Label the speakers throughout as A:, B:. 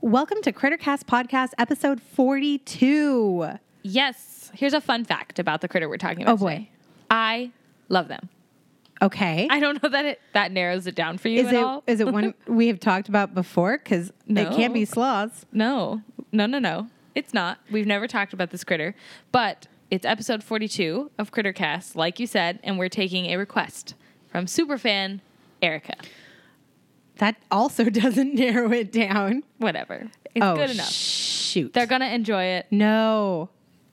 A: Welcome to Crittercast Podcast, episode 42.
B: Yes. Here's a fun fact about the critter we're talking about.
A: Oh, boy.
B: today. I love them.
A: Okay.
B: I don't know that it that narrows it down for you
A: is
B: at
A: it
B: all.
A: is it one we have talked about before? Because it can't be
B: No.
A: sloths.
B: No, no, no, no. It's not. We've never talked about this critter, but it's episode 42 of Crittercast, like you said, and we're taking a request from superfan Erica.
A: That also doesn't narrow it down.
B: Whatever. It's
A: oh,
B: good enough.
A: Shoot.
B: They're going to enjoy it.
A: no.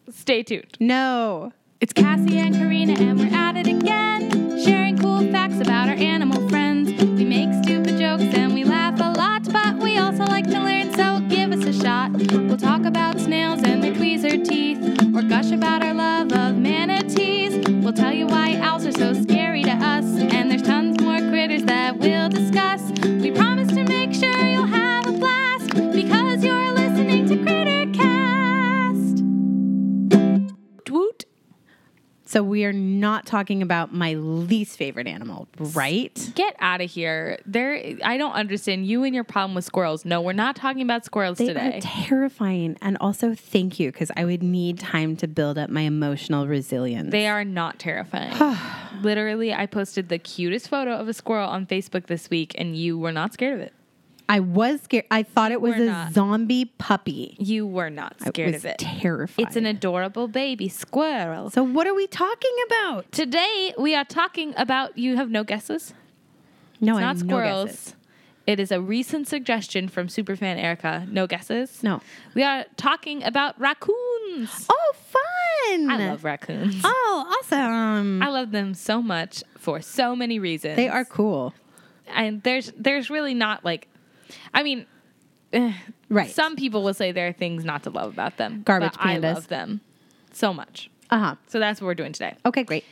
B: Stay tuned.
A: No.
B: It's Cassie and Karina, and we're at it again, sharing cool facts about our animal friends. We make stupid jokes and we laugh a lot, but we also like to learn, so give us a shot. We'll talk about snails and their tweezer teeth, or gush about our love of manatees. We'll tell you why owls are so scary to us, and there's tons more critters that we'll discuss. We promise to make sure you'll have a blast because you're listening to Crittercast. Woot.
A: So we are not talking about my least favorite animal, right?
B: Get out of here. There I don't understand you and your problem with squirrels. No, we're not talking about squirrels
A: They
B: today.
A: are terrifying. And also thank you, because I would need time to build up my emotional resilience.
B: they are not terrifying. Literally, I posted the cutest photo of a squirrel on Facebook this week and you were not scared of it.
A: I was scared. I thought it was
B: We're
A: a
B: not.
A: zombie puppy.
B: You were not scared
A: I was
B: of it.
A: terrified.
B: It's an adorable baby squirrel.
A: So what are we talking about?
B: Today we are talking about you have no guesses?
A: No,
B: It's
A: I
B: not
A: have
B: squirrels.
A: No, guesses.
B: it is a recent suggestion from superfan Erica. No guesses?
A: No.
B: We are talking about raccoons.
A: Oh, fun!
B: I love raccoons.
A: Oh, awesome!
B: I love them so much for so many reasons.
A: they are cool.
B: and there's there's really not like, I mean,
A: Right.
B: some people will say there are things not to love about them.
A: Garbage
B: but I
A: pandas.
B: love them so much.
A: Uh huh.
B: So that's what we're doing today.
A: Okay, great.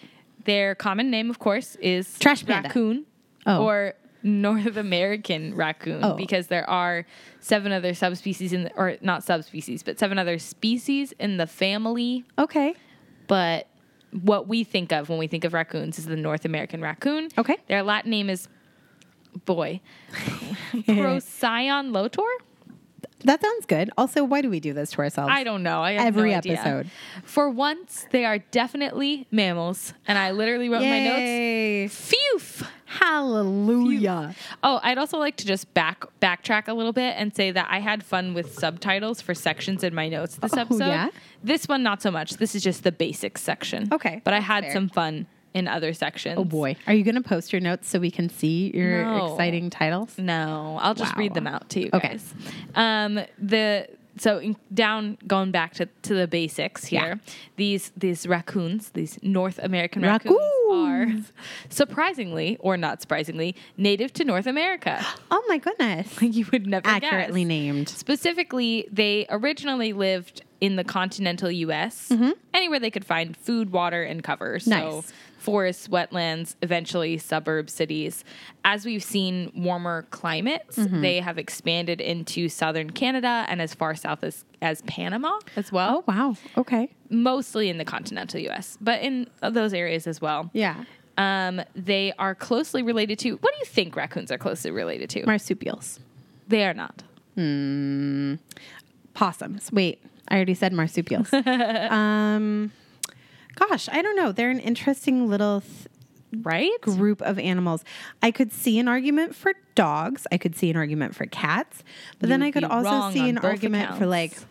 B: Their common name, of course, is
A: Trash panda.
B: raccoon
A: Oh.
B: or North American raccoon
A: Oh.
B: because there are seven other subspecies in the, or not subspecies, but seven other species in the family
A: Okay.
B: but what we think of when we think of raccoons is the North American raccoon.
A: Okay.
B: Their Latin name is boy. Procyon lotor?
A: That sounds good. Also, why do we do this to ourselves?
B: I don't know. I have
A: Every
B: no idea.
A: episode.
B: For once, they are definitely mammals. And I literally wrote in
A: Yay.
B: my notes. Phew.
A: Hallelujah.
B: Oh, I'd also like to just back backtrack a little bit and say that I had fun with subtitles for sections in my notes this
A: Oh,
B: episode.
A: yeah?
B: This one not so much. This is just the basics section.
A: Okay,
B: But I
A: that's
B: had
A: fair.
B: some fun in other sections.
A: Oh boy. Are you going to post your notes so we can see your
B: No.
A: exciting titles?
B: No, I'll just
A: Wow.
B: read them out to you
A: Okay.
B: guys. Um, the so in, down going back to, to the basics here. These these raccoons, these North American raccoons,
A: Raccoons.
B: are surprisingly or not surprisingly native to North America.
A: Oh my goodness.
B: you would never guess.
A: Accurately named.
B: Specifically, they originally lived in the continental U.S. Anywhere they could find food, water, and cover. So
A: Nice.
B: forests, wetlands, eventually suburb cities. As we've seen warmer climates, they have expanded into southern Canada and as far south as as Panama as well.
A: Oh wow. Okay.
B: Mostly in the continental U.S., but in those areas as well.
A: Yeah.
B: Um, they are closely related to. What do you think raccoons are closely related to?
A: Marsupials.
B: They are not.
A: possums. Wait, I already said marsupials. um, gosh, I don't know. They're an interesting little th-
B: Right?
A: group of animals. I could see an argument for dogs. I could see an argument for cats, but then
B: You
A: I could
B: would be
A: also
B: wrong
A: see
B: on
A: an
B: both
A: argument for like
B: accounts.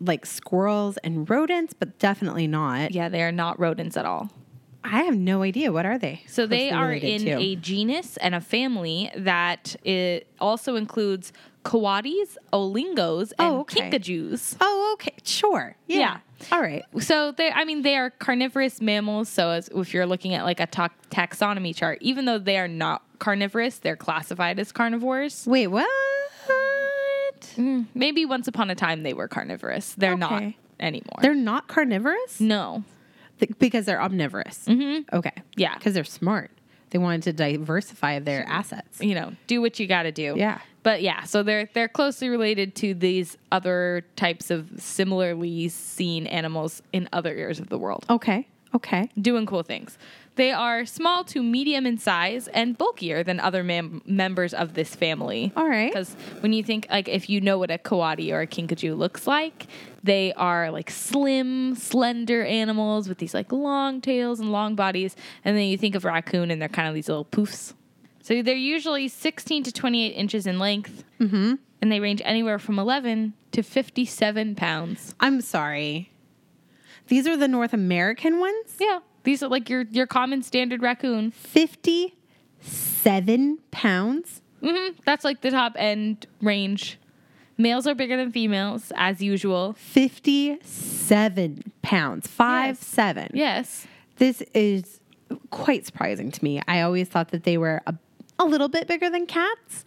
A: like squirrels and rodents, but definitely not.
B: Yeah, they are not rodents at all.
A: I have no idea what are they.
B: So they
A: closely
B: are in
A: related to?
B: a genus and a family that it also includes coatis, olingos, and
A: Oh, okay.
B: kinkajous.
A: Oh, okay. Sure. Yeah.
B: Yeah.
A: All right.
B: So they, I mean, they are carnivorous mammals. So as, if you're looking at like a ta- taxonomy chart, even though they are not carnivorous, they're classified as carnivores.
A: Wait, what?
B: Maybe once upon a time they were carnivorous. They're not
A: Mm. Okay.
B: anymore.
A: They're not carnivorous?
B: no.
A: Th- because they're omnivorous. Mm-hmm. Okay.
B: Yeah.
A: Because they're smart. They wanted to diversify their assets.
B: you know, do what you got to do.
A: Yeah.
B: But yeah, so they're they're closely related to these other types of similarly seen animals in other areas of the world
A: Okay. Okay.
B: doing cool things. They are small to medium in size and bulkier than other mam- members of this family.
A: All right.
B: Because when you think, like, if you know what a coati or a kinkajou looks like, they are like slim, slender animals with these like long tails and long bodies. And then you think of raccoon and they're kind of these little poofs. So they're usually 16 to 28 inches in length. Mm-hmm. And they range anywhere from 11 to 57 pounds.
A: I'm sorry. These are the North American ones?
B: Yeah. These are like your, your common standard raccoon.
A: 57 pounds?
B: hmm That's like the top end range. Males are bigger than females, as usual.
A: 57 pounds. 5
B: Yes.
A: 7.
B: Yes.
A: This is quite surprising to me. I always thought that they were a, a little bit bigger than cats,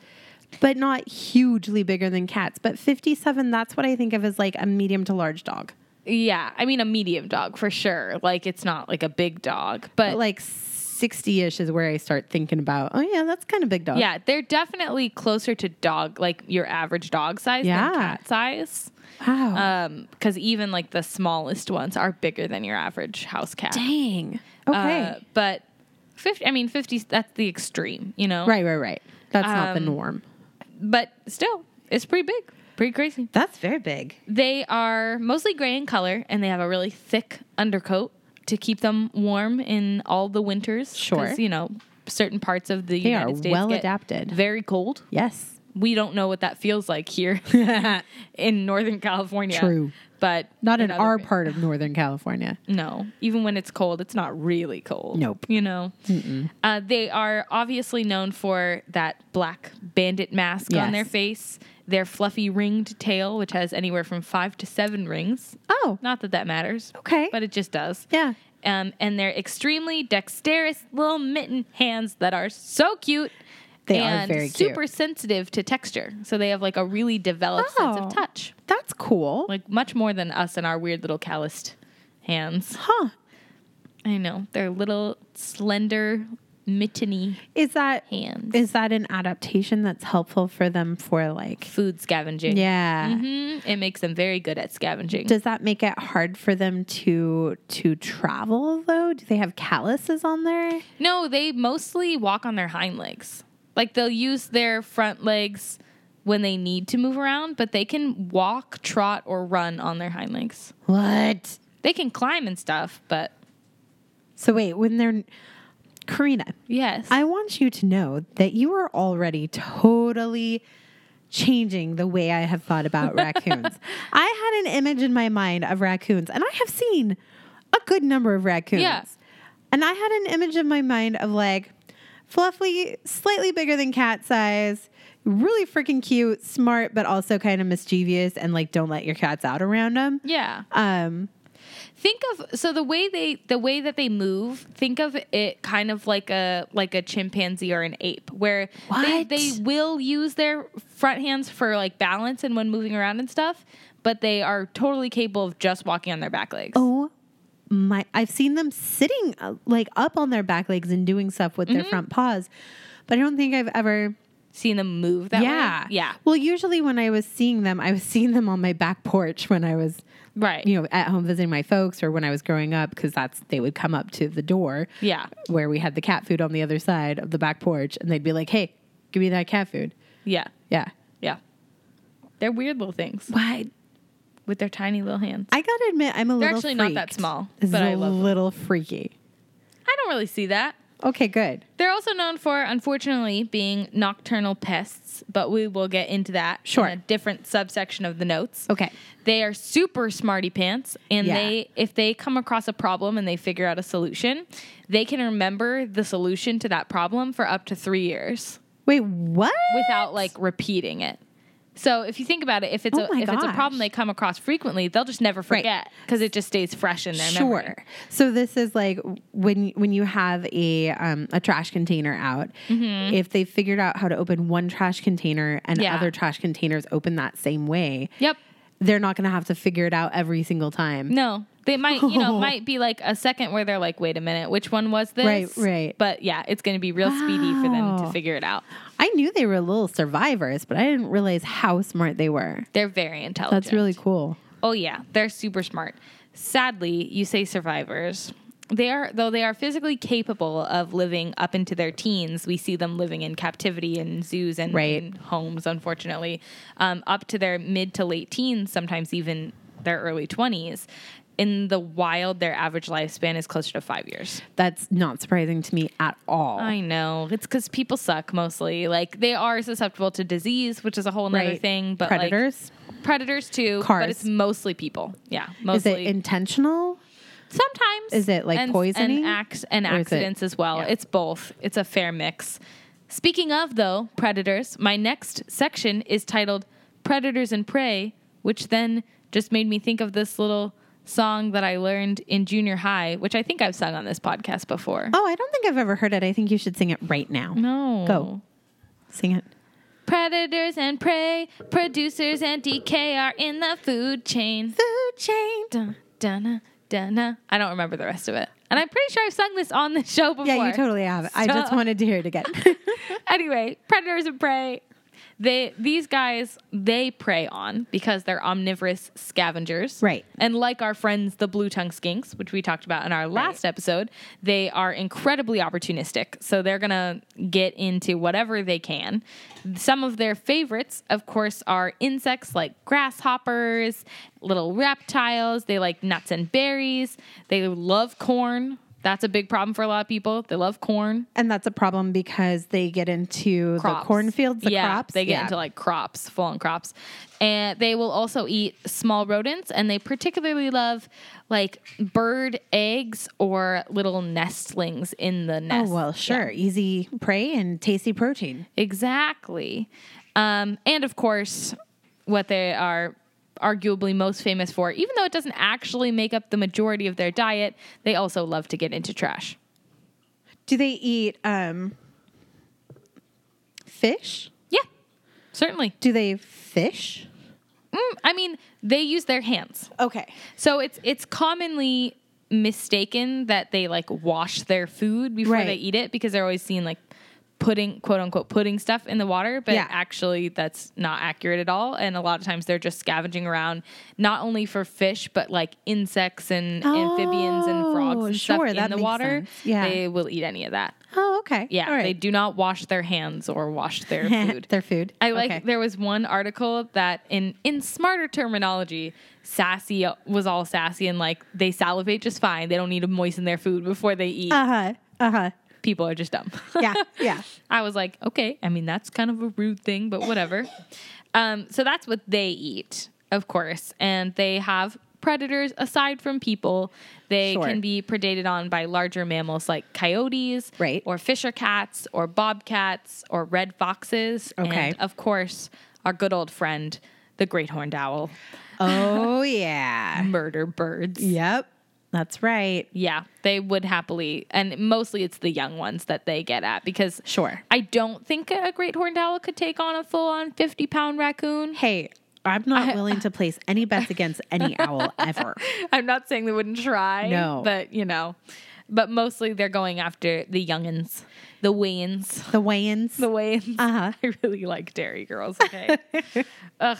A: but not hugely bigger than cats. But 57, that's what I think of as like a medium to large dog.
B: Yeah. I mean, a medium dog for sure. Like, it's not like a big dog, but,
A: But like 60 ish is where I start thinking about, oh, yeah, that's kind of big dog.
B: yeah, they're definitely closer to dog, like your average dog size
A: Yeah.
B: than cat size.
A: Wow.
B: Um, because even like the smallest ones are bigger than your average house cat.
A: Dang. Okay.
B: Uh, but 50, I mean, 50, that's the extreme, you know?
A: right, right, right. That's not the
B: Um,
A: norm.
B: But still, it's pretty big, pretty crazy.
A: That's very big.
B: They are mostly gray in color and they have a really thick undercoat to keep them warm in all the winters.
A: Sure.
B: 'Cause, You know, certain parts of the
A: They
B: United
A: are
B: States
A: well
B: get
A: adapted.
B: very cold.
A: Yes.
B: We don't know what that feels like here in Northern California.
A: True.
B: But
A: Not in
B: another
A: our
B: big-
A: part of Northern California.
B: No, even when it's cold, it's not really cold.
A: Nope.
B: You know, uh, they are obviously known for that black bandit mask on
A: Yes.
B: their face, their fluffy ringed tail, which has anywhere from five to seven rings.
A: Oh,
B: Not that that matters.
A: Okay.
B: But it just does.
A: yeah.
B: Um, and their extremely dexterous little mitten hands that are so cute.
A: They are
B: and
A: very cute.
B: super sensitive to texture. So they have like a really developed sense
A: Oh.
B: of touch,
A: That's cool.
B: like much more than us and our weird little calloused hands.
A: Huh.
B: I know. They're little slender mitteny
A: Is that is
B: hands.
A: that an adaptation that's helpful for them for like
B: Food scavenging.
A: Yeah.
B: hmm It makes them very good at scavenging.
A: Does that make it hard for them to to travel though? Do they have calluses on there?
B: No, they mostly walk on their hind legs. Like they'll use their front legs when they need to move around, but they can walk, trot, or run on their hind legs.
A: What?
B: They can climb and stuff, but
A: So wait, when they're Karina,
B: yes.
A: I want you to know that you are already totally changing the way I have thought about raccoons. I had an image in my mind of raccoons, and I have seen a good number of raccoons.
B: Yeah.
A: And I had an image in my mind of like fluffy, slightly bigger than cat size, really freaking cute, smart, but also kind of mischievous, and like don't let your cats out around them.
B: yeah.
A: Um,
B: Think of so the way they the way that they move, think of it kind of like a like a chimpanzee or an ape where they
A: What?
B: they will use their front hands for like balance and when moving around and stuff, but they are totally capable of just walking on their back legs.
A: Oh my! I've seen them sitting uh, like up on their back legs and doing stuff with
B: Mm-hmm.
A: their front paws, but I don't think I've ever.
B: Seeing them move that
A: yeah,
B: way. Yeah.
A: Well, usually when I was seeing them, I was seeing them on my back porch when I was,
B: Right.
A: you know, at home visiting my folks or when I was growing up because that's they would come up to the door.
B: Yeah.
A: Where we had the cat food on the other side of the back porch, and they'd be like, "Hey, give me that cat food."
B: Yeah.
A: Yeah.
B: Yeah. They're weird little things
A: Why?
B: with their tiny little hands.
A: I gotta admit, I'm a
B: They're
A: little.
B: actually not that
A: freaked.
B: small,
A: This
B: but
A: is
B: I
A: a
B: love them.
A: little freaky.
B: I don't really see that.
A: Okay, good.
B: They're also known for, unfortunately, being nocturnal pests, but we will get into that
A: Sure.
B: in a different subsection of the notes.
A: Okay.
B: They are super smarty pants, and
A: Yeah.
B: they if they come across a problem and they figure out a solution, they can remember the solution to that problem for up to three years.
A: Wait, what?
B: without like repeating it. So if you think about it, if it's
A: Oh
B: a
A: my
B: if it's a
A: gosh.
B: problem they come across frequently, they'll just never
A: Right.
B: forget because it just stays fresh in their
A: sure.
B: memory.
A: So this is like when when you have a um, a trash container out, if they figured out how to open one trash container and
B: Mm-hmm. Yeah.
A: other trash containers open that same way,
B: Yep.
A: they're not going to have to figure it out every single time.
B: No, they might you know it might be like a second where they're like, wait a minute, which one was this?
A: Right, right.
B: But yeah, it's going to be real speedy for them to
A: Wow.
B: figure it out.
A: I knew they were little survivors, but I didn't realize how smart they were.
B: They're very intelligent.
A: That's really cool.
B: Oh yeah, they're super smart. Sadly, you say survivors, they are though they are physically capable of living up into their teens we see them living in captivity in zoos and,
A: Right.
B: and homes unfortunately um, up to their mid to late teens sometimes even their early 20s in the wild their average lifespan is closer to five years
A: That's not surprising to me at all.
B: I know. It's because people suck mostly. Like they are susceptible to disease, which is a whole nother
A: Right.
B: thing. But like,
A: predators.
B: predators too.
A: Cars.
B: But it's mostly people. Yeah,
A: is it
B: mostly.
A: intentional?
B: Sometimes
A: is it, like,
B: and,
A: poisoning?
B: and, acts, and
A: Or is it-
B: accidents as well?
A: yeah.
B: It's both. It's a fair mix. Speaking of though predators, my next section is titled "Predators and Prey," which then just made me think of this little song that I learned in junior high, which I think I've sung on this podcast before.
A: Oh, I don't think I've ever heard it. I think you should sing it right now.
B: No,
A: Oh, Go. Sing it.
B: Predators and prey, producers and decay are in the food chain.
A: Food chain.
B: Dun, dun, dun, dun. I don't remember the rest of it. And I'm pretty sure I've sung this on the show before.
A: Yeah, you totally have. I just
B: So-
A: wanted to hear it again.
B: Anyway, predators and prey. They these guys they prey on because they're omnivorous scavengers.
A: Right.
B: And like our friends the blue tongue skinks, which we talked about in our last episode, they are incredibly opportunistic. So they're going to get into whatever they can. Some of their favorites, of course, are insects like grasshoppers, little reptiles, they like nuts and berries, they love corn. That's a big problem for a lot of people. They love corn
A: and that's a problem because they get into the cornfields, the
B: yeah,
A: crops.
B: They get
A: Yeah.
B: into like crops, full on crops. And they will also eat small rodents and they particularly love like bird eggs or little nestlings in the
A: Oh
B: nest.
A: well, sure. Easy prey and tasty protein.
B: Exactly. Um, and of course, what they are arguably most famous for, even though it doesn't actually make up the majority of their diet, they also love to get into trash.
A: Do they eat um, fish?
B: Yeah, certainly.
A: Do they fish?
B: Mm, I mean, they use their hands.
A: Okay.
B: So it's it's commonly mistaken that they like wash their food before
A: Right.
B: they eat it because they're always seen like putting quote unquote putting stuff in the water, but
A: Yeah.
B: actually that's not accurate at all. And a lot of times they're just scavenging around not only for fish but like insects and amphibians and frogs
A: Oh,
B: and
A: sure,
B: stuff
A: that
B: in the
A: makes
B: water.
A: sense. Yeah.
B: They will eat any of that.
A: Oh, okay.
B: Yeah.
A: All right.
B: They do not wash their hands or wash their food.
A: Their food.
B: I like
A: Okay.
B: there was one article that in in smarter terminology, sassy was all sassy and like they salivate just fine. They don't need to moisten their food before they eat.
A: Uh huh. Uh huh.
B: People are just dumb.
A: Yeah. Yeah.
B: I was like, okay, I mean that's kind of a rude thing, but whatever. um, so that's what they eat, of course, and they have predators aside from people. They
A: Sure.
B: can be predated on by larger mammals like coyotes,
A: Right.
B: or fisher cats, or bobcats, or red foxes,
A: Okay.
B: and of course our good old friend, the great horned owl,
A: Oh yeah.
B: murder birds.
A: yep. That's right.
B: Yeah, they would happily, and mostly it's the young ones that they get at because
A: Sure.
B: I don't think a great horned owl could take on a full on fifty pound raccoon.
A: Hey, I'm not willing to place any bets against any owl ever.
B: I'm not saying they wouldn't try,
A: No.
B: but you know, but mostly they're going after the youngins, the weigh-ins,
A: The weigh-ins.
B: the weigh-ins.
A: Uh-huh.
B: I really like dairy girls. Okay, ugh.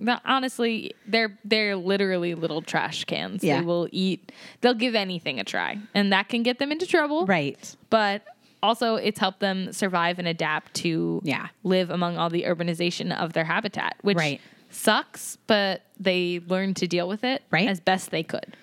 B: No, honestly, they're they're literally little trash cans.
A: Yeah.
B: They will eat. They'll give anything a try, and that can get them into trouble.
A: right.
B: but also it's helped them survive and adapt to
A: Yeah.
B: live among all the urbanization of their habitat, which
A: Right.
B: sucks, but they learned to deal with it
A: Right.
B: as best they could.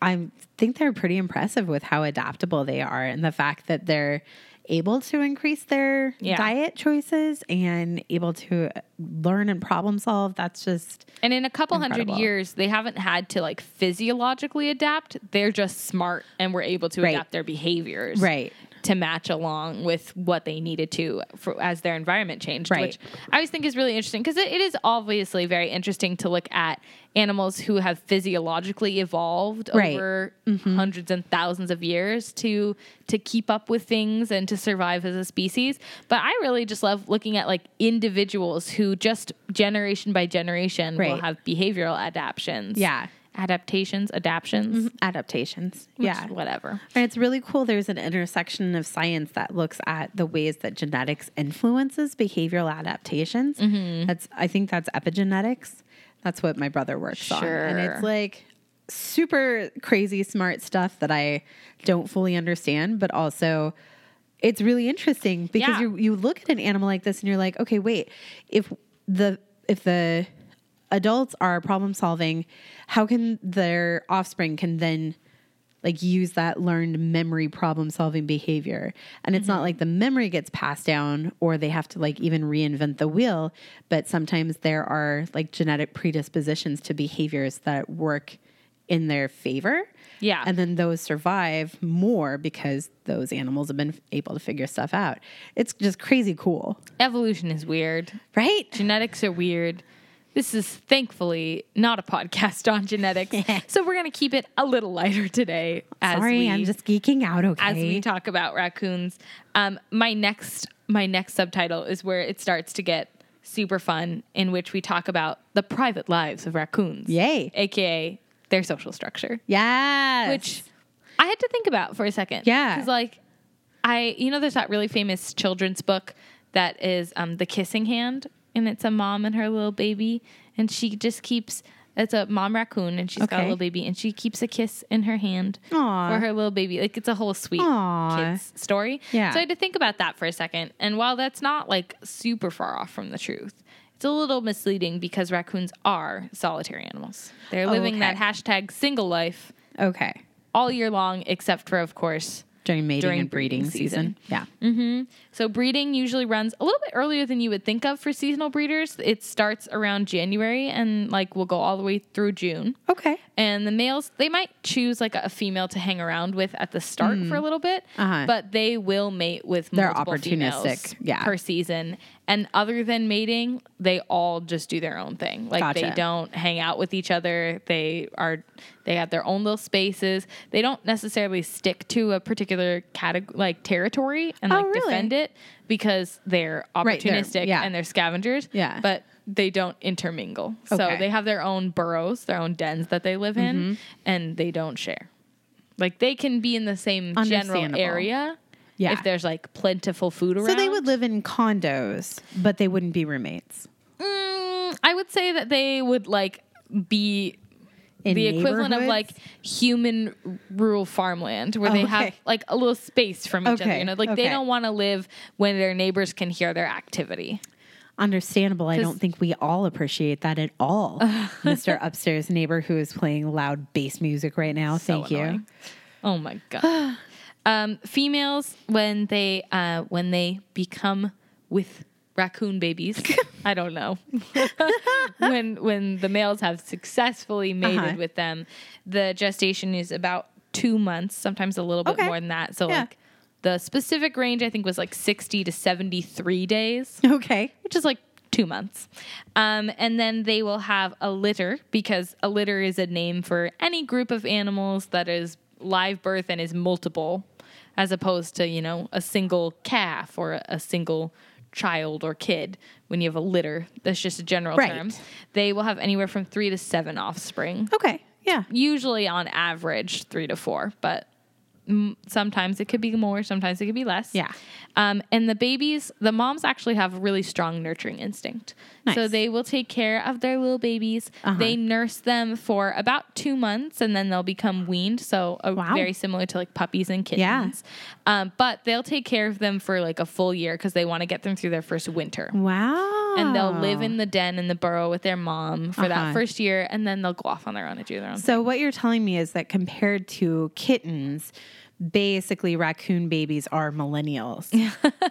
A: I think they're pretty impressive with how adaptable they are and the fact that they're able to increase their
B: Yeah.
A: diet choices and able to learn and problem solve. That's just
B: And in a couple
A: Incredible.
B: hundred years, they haven't had to like physiologically adapt. They're just smart and were able to
A: Right.
B: adapt their behaviors
A: Right.
B: to match along with what they needed to for, as their environment changed.
A: Right.
B: Which I always think is really interesting because it, it is obviously very interesting to look at animals who have physiologically evolved
A: Right. Mm-hmm.
B: over hundreds and thousands of years to to keep up with things and to survive as a species. But I really just love looking at like individuals who just generation by generation
A: Right.
B: will have behavioral adaptations.
A: Yeah.
B: Adaptations, adaptations,
A: adaptations.
B: yeah,
A: Yeah.
B: whatever.
A: And it's really cool. There's an intersection of science that looks at the ways that genetics influences behavioral adaptations.
B: Mm-hmm.
A: That's I think that's epigenetics. That's what my brother works on, and
B: Sure.
A: it's like super crazy smart stuff that I don't fully understand, but also it's really interesting because
B: Yeah.
A: you you look at an animal like this and you're like, okay, wait, if the if the adults are problem solving, how can their offspring can then like use that learned memory problem solving behavior and it's not like the memory gets passed down or they have to like even reinvent the wheel but sometimes there are like genetic predispositions to behaviors that work in their favor
B: Yeah.
A: and then those survive more because those animals have been able to figure stuff out it's just crazy cool
B: Evolution is weird.
A: right
B: Genetics are weird. This is thankfully not a podcast on genetics. so we're going to keep it a little lighter today. As
A: sorry
B: we,
A: i'm just geeking out okay
B: as we talk about raccoons. Um, my next my next subtitle is where it starts to get super fun, in which we talk about the private lives of raccoons.
A: Yay.
B: aka their social structure,
A: yes
B: which I had to think about for a second.
A: Yeah.
B: because like I, you know, there's that really famous children's book that is um, the Kissing Hand, and it's a mom and her little baby, and she just keeps. It's a mom raccoon, and she's got a
A: Okay.
B: little baby, and she keeps a kiss in her hand
A: Aw.
B: for her little baby. Like it's a whole sweet
A: Aw.
B: kids story.
A: Yeah.
B: So I had to think about that for a second. And while that's not like super far off from the truth, it's a little misleading because raccoons are solitary animals. They're living
A: Oh, okay.
B: that hashtag single life
A: okay
B: all year long, except for of course.
A: during mating
B: During
A: and breeding,
B: breeding Mm.
A: season. yeah
B: So breeding usually runs a little bit earlier than you would think of for seasonal breeders. It starts around January and like will go all the way through June.
A: okay
B: and the males they might choose like a female to hang around with at the start for a little bit
A: Uh-huh.
B: but they will mate with
A: They're
B: multiple
A: opportunistic,
B: females
A: yeah.
B: per season and other than mating they all just do their own thing like they
A: Gotcha.
B: don't hang out with each other they are they have their own little spaces they don't necessarily stick to a particular category like territory and
A: Oh,
B: like
A: really?
B: defend it because they're
A: Right,
B: opportunistic
A: they're- yeah.
B: and they're scavengers
A: Yeah.
B: but they don't intermingle so
A: Okay. Mm-hmm.
B: they have their own burrows, their own dens that they live in, and they don't share. Like they can be in the same general
A: Understandable.
B: area
A: Yeah.
B: if there's like plentiful food around.
A: So they would live in condos, but they wouldn't be roommates.
B: Mm, I would say that they would like be
A: In
B: the equivalent of
A: neighborhoods?
B: like human r- rural farmland where
A: Oh,
B: they have
A: okay.
B: like a little space from each other.
A: Okay,
B: You know, like they
A: okay.
B: don't want to live when their neighbors can hear their activity.
A: understandable. I
B: 'Cause-
A: don't think we all appreciate that at all. Mr. Upstairs neighbor who is playing loud bass music right now. Thank you.
B: annoying. Oh my god. um, females when they uh, when they become with raccoon babies, I don't know. when when the males have successfully mated
A: Uh-huh.
B: with them, the gestation is about two months, sometimes a little bit
A: Okay.
B: more than that. So
A: Yeah.
B: like the specific range I think was like sixty to seventy three days
A: Okay.
B: which is like two months. Um, and then they will have a litter because a litter is a name for any group of animals that is live birth and is multiple, as opposed to, you know, a single calf or a single child or kid when you have a litter. That's just a general
A: Right.
B: term. They will have anywhere from three to seven offspring
A: Okay. Yeah.
B: usually on average three to four, but mm, sometimes it could be more, sometimes it could be less.
A: Yeah.
B: Um, and the babies, the moms actually have a really strong nurturing instinct. So
A: Nice. Uh-huh.
B: they will take care of their little babies. They nurse them for about two months and then they'll become weaned. So a,
A: Wow.
B: very similar to like puppies and
A: Yeah.
B: kittens. Um, but they'll take care of them for like a full year because they want to get them through their first winter
A: Wow.
B: and they'll live in the den in the burrow with their mom for that
A: Uh-huh.
B: first year, and then they'll go off on their own and do their own.
A: So what you're telling me is that compared to kittens, basically raccoon babies are millennials.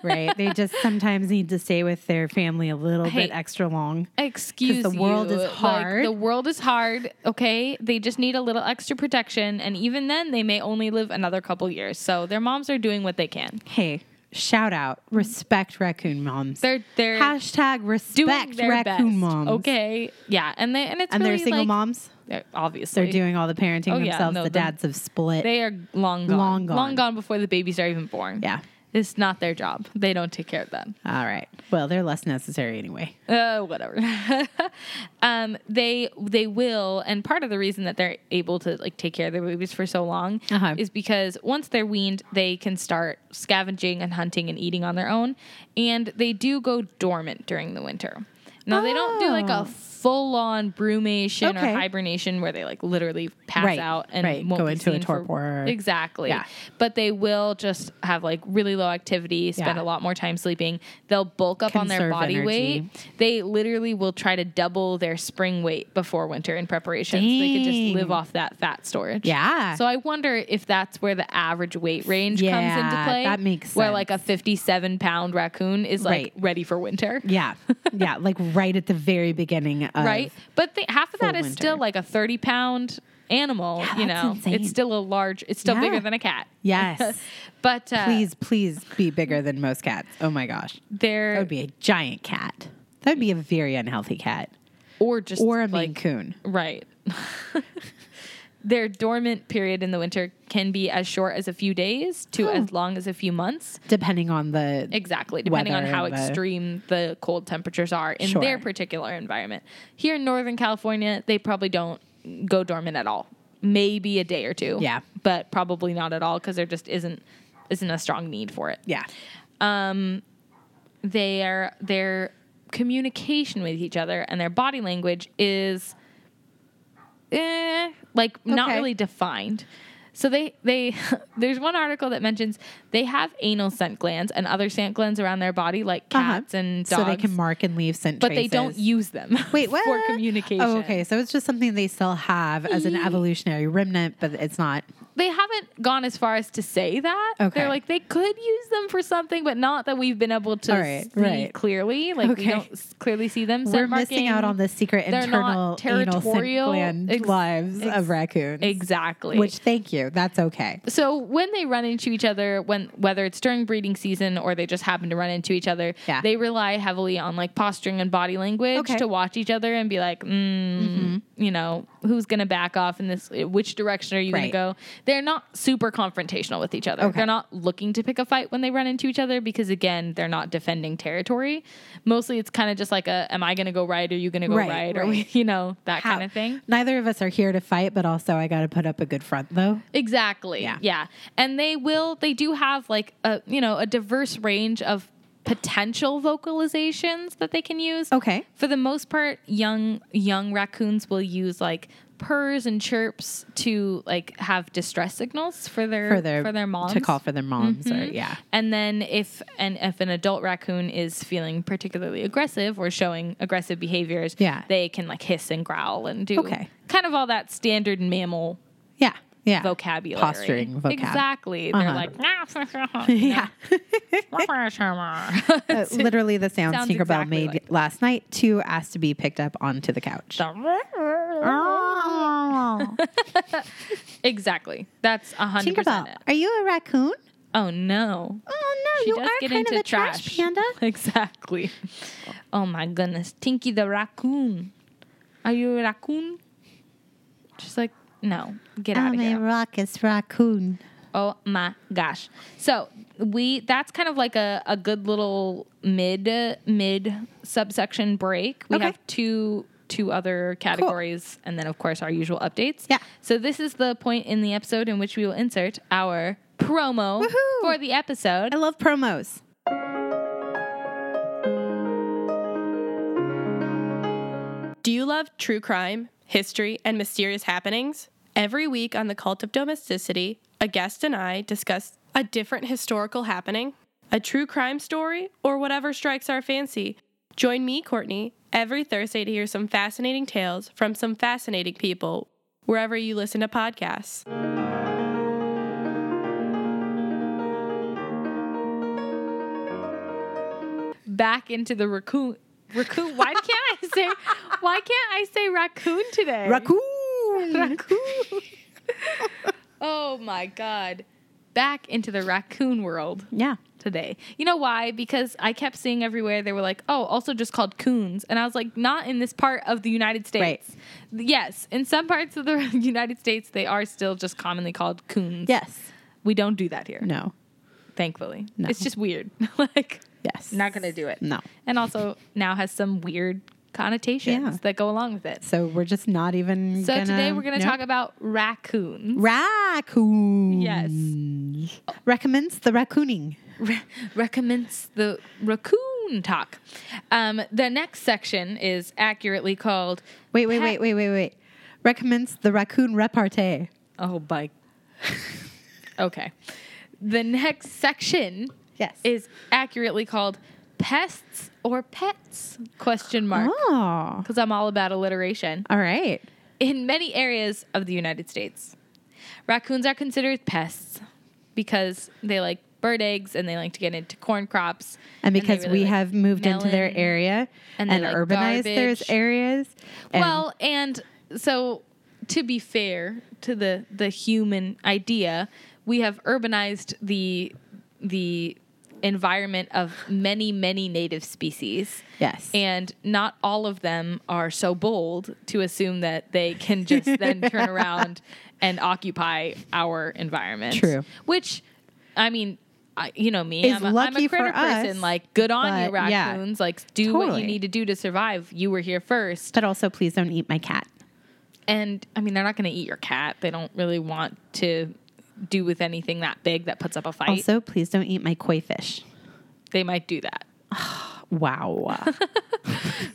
A: right? They just sometimes need to stay with their family a little
B: Hey.
A: bit extra long.
B: Excuse
A: the world
B: you.
A: is
B: Like,
A: hard.
B: the world is hard. Okay, they just need a little extra protection, and even then, they may only live another couple years. So their moms are doing what they can.
A: Hey, shout out. Respect raccoon moms.
B: They're they're
A: Hashtag
B: doing
A: respect
B: their
A: raccoon
B: best.
A: moms.
B: Okay, yeah, and they and it's
A: And
B: really
A: they're single
B: like,
A: moms.
B: they're- Obviously,
A: They're doing all the parenting
B: Oh, yeah,
A: themselves.
B: no,
A: the
B: the-
A: dads have split.
B: They are long gone.
A: Long gone.
B: Long gone before the babies are even born.
A: yeah.
B: it's not their job. They don't take care of them.
A: All right. Well, they're less necessary anyway.
B: uh, whatever. um, they they will, and part of the reason that they're able to like take care of their babies for so long
A: Uh-huh.
B: is because once they're weaned, they can start scavenging and hunting and eating on their own, and they do go dormant during the winter. Now they don't do like
A: Oh.
B: a full on brumation
A: Okay.
B: or hibernation where they like literally pass
A: Right,
B: out and
A: right.
B: won't
A: Go
B: be
A: into a
B: seen for-
A: torpor.
B: exactly.
A: Yeah.
B: But they will just have like really low activity, spend
A: Yeah.
B: a lot more time sleeping. They'll bulk up on their
A: Conserve
B: body
A: energy.
B: weight. They literally will try to double their spring weight before winter in preparation so they could just
A: Dang.
B: live off that fat storage.
A: Yeah.
B: So I wonder if that's where the average weight range comes into
A: Yeah,
B: play.
A: that makes
B: Where
A: sense.
B: like a 57 pound raccoon is like
A: Right.
B: ready for winter.
A: yeah. Yeah. Like right at the very beginning of
B: Right. But th- half of
A: full
B: that is still
A: winter.
B: like a 30 pound animal. you
A: that's
B: know,
A: insane.
B: it's still a large, it's still
A: Yeah.
B: bigger than a cat.
A: Yes.
B: But uh,
A: please, please be bigger than most cats. Oh my gosh. That
B: there
A: would be a giant cat. That would be a very unhealthy cat.
B: or just
A: Or a Maine
B: like
A: Coon.
B: Right. Their dormant period in the winter can be as short as a few days to
A: Oh.
B: as long as a few months.
A: Depending on the
B: Exactly, depending on
A: weather
B: how
A: and the-
B: extreme the cold temperatures are in
A: Sure.
B: their particular environment. Here in Northern California, they probably don't go dormant at all. Maybe a day or two.
A: Yeah.
B: But probably not at all because there just isn't isn't a strong need for it.
A: Yeah.
B: Their their communication with each other and their body language is eh, like not
A: Okay.
B: really defined. So they they there's one article that mentions they have anal scent glands and other scent glands around their body like
A: Uh-huh.
B: cats and dogs.
A: So they can mark and leave scent
B: but they don't
A: traces.
B: use them.
A: Wait, what?
B: for communication? Mm-hmm.
A: Oh, okay. So it's just something they still have as an evolutionary remnant, but it's not.
B: They haven't gone as far as to say that.
A: Okay.
B: They're like they could use them for something, but not that we've been able to
A: All right,
B: see
A: right.
B: clearly. Like we
A: Okay.
B: don't s- clearly see them.
A: We're
B: Scent
A: missing
B: marking-
A: out on the secret
B: They're
A: internal
B: not
A: anal scent
B: territorial.
A: gland
B: Ex-
A: lives
B: ex-
A: of raccoons.
B: exactly.
A: Which, thank you. That's okay.
B: so when they run into each other, when whether it's during breeding season or they just happen to run into each other,
A: Yeah.
B: they rely heavily on like posturing and body language
A: Okay. Mm-hmm.
B: to watch each other and be like, mm, you know, who's going to back off in this? Which direction are you
A: Right.
B: going to go? They're not super confrontational with each other.
A: Okay.
B: They're not looking to pick a fight when they run into each other because again, they're not defending territory. Mostly, it's kind of just like a, am I going to go right? Are you going to go
A: Right,
B: right? Or
A: right.
B: you know that
A: How-
B: kind of thing.
A: Neither of us are here to fight, but also I got to put up a good front, though.
B: Exactly.
A: Yeah.
B: And they will they do have like a you know, a diverse range of potential vocalizations that they can use.
A: Okay.
B: For the most part, young young raccoons will use like purrs and chirps to like have distress signals for their
A: For their,
B: moms. Mm-hmm.
A: to call for their moms, or yeah,
B: And then if an if an adult raccoon is feeling particularly aggressive or showing aggressive behaviors,
A: Yeah.
B: they can like hiss and growl and do
A: Okay.
B: kind of all that standard mammal
A: yeah, yeah.
B: vocabulary.
A: posturing vocab.
B: Exactly.
A: Uh-huh.
B: They're like, yeah.
A: Yeah, Uh, literally the sound
B: Sounds
A: Tinkerbell
B: exactly
A: made
B: like-
A: last night to ask to be picked up onto the couch.
B: exactly. That's a hundred percent.
A: Tinkerbell,
B: it.
A: are you a raccoon?
B: Oh no.
A: Oh no,
B: She
A: you
B: does
A: are
B: get
A: kind
B: into
A: of a trash, panda.
B: Exactly. Oh my goodness, Tinky the raccoon. Are you a raccoon? She's like, no, get out
A: I'm
B: of here.
A: a raucous raccoon.
B: Oh my gosh. So we that's kind of like a, a good little mid mid subsection break. We
A: Okay.
B: have two two other categories and then of course our usual updates.
A: Yeah.
B: So this is the point in the episode in which we will insert our promo
A: Woohoo!
B: for the episode.
A: I love promos.
C: Do you love true crime, history, and mysterious happenings? Every week on The Cult of Domesticity, a guest and I discuss a different historical happening, a true crime story, or whatever strikes our fancy. Join me, Courtney, every Thursday to hear some fascinating tales from some fascinating people, wherever you listen to podcasts.
B: Back into the raccoon raccoon why can't I say why can't I say raccoon today?
A: Raccoon.
B: Raccoon. oh my god. Back into the raccoon world.
A: Yeah.
B: today. You know why? Because I kept seeing everywhere they were like, "Oh, also just called coons," and I was like, "Not in this part of the United States." Yes, in some parts of the United States, they are still just commonly called coons.
A: Yes.
B: we don't do that here,
A: No.
B: thankfully.
A: No.
B: It's just weird. like,
A: Yes.
B: not gonna do it.
A: No.
B: and also now has some weird connotations
A: Yeah.
B: that go along with it.
A: So we're just not even.
B: So
A: gonna,
B: today we're going to
A: no.
B: talk about raccoons.
A: raccoon.
B: Yes.
A: Oh. Recommends the raccooning.
B: Re- recommends the raccoon. phone talk. Um, the next section is accurately called.
A: Wait, wait,
B: Pat-
A: wait, wait, wait, wait. Recommends the raccoon repartee.
B: Oh, by. okay. The next section
A: Yes.
B: is accurately called pests or pets question mark
A: oh.
B: because I'm all about alliteration.
A: All right.
B: In many areas of the United States, raccoons are considered pests because they like bird eggs and they like to get into corn crops.
A: And
B: they
A: because
B: really
A: we
B: like
A: have moved into their
B: melon.
A: area
B: and
A: and,
B: they like
A: urbanized their
B: garbage.
A: areas. and-
B: Well, and so to be fair to the the human idea, we have urbanized the the environment of many many native species.
A: yes.
B: And not all of them are so bold to assume that they can just then turn around and occupy our environment.
A: True.
B: Which, I mean, I, you know me,
A: Is
B: I'm a, I'm a
A: lucky for
B: critter person.
A: us,
B: Like, good on you,
A: but yeah.
B: raccoons. Like, do what
A: Totally.
B: you need to do to survive. You were here first.
A: but also, please don't eat my cat.
B: And I mean, they're not going to eat your cat. They don't really want to do with anything that big that puts up a fight.
A: Also, please don't eat my koi fish.
B: they might do that.
A: Wow.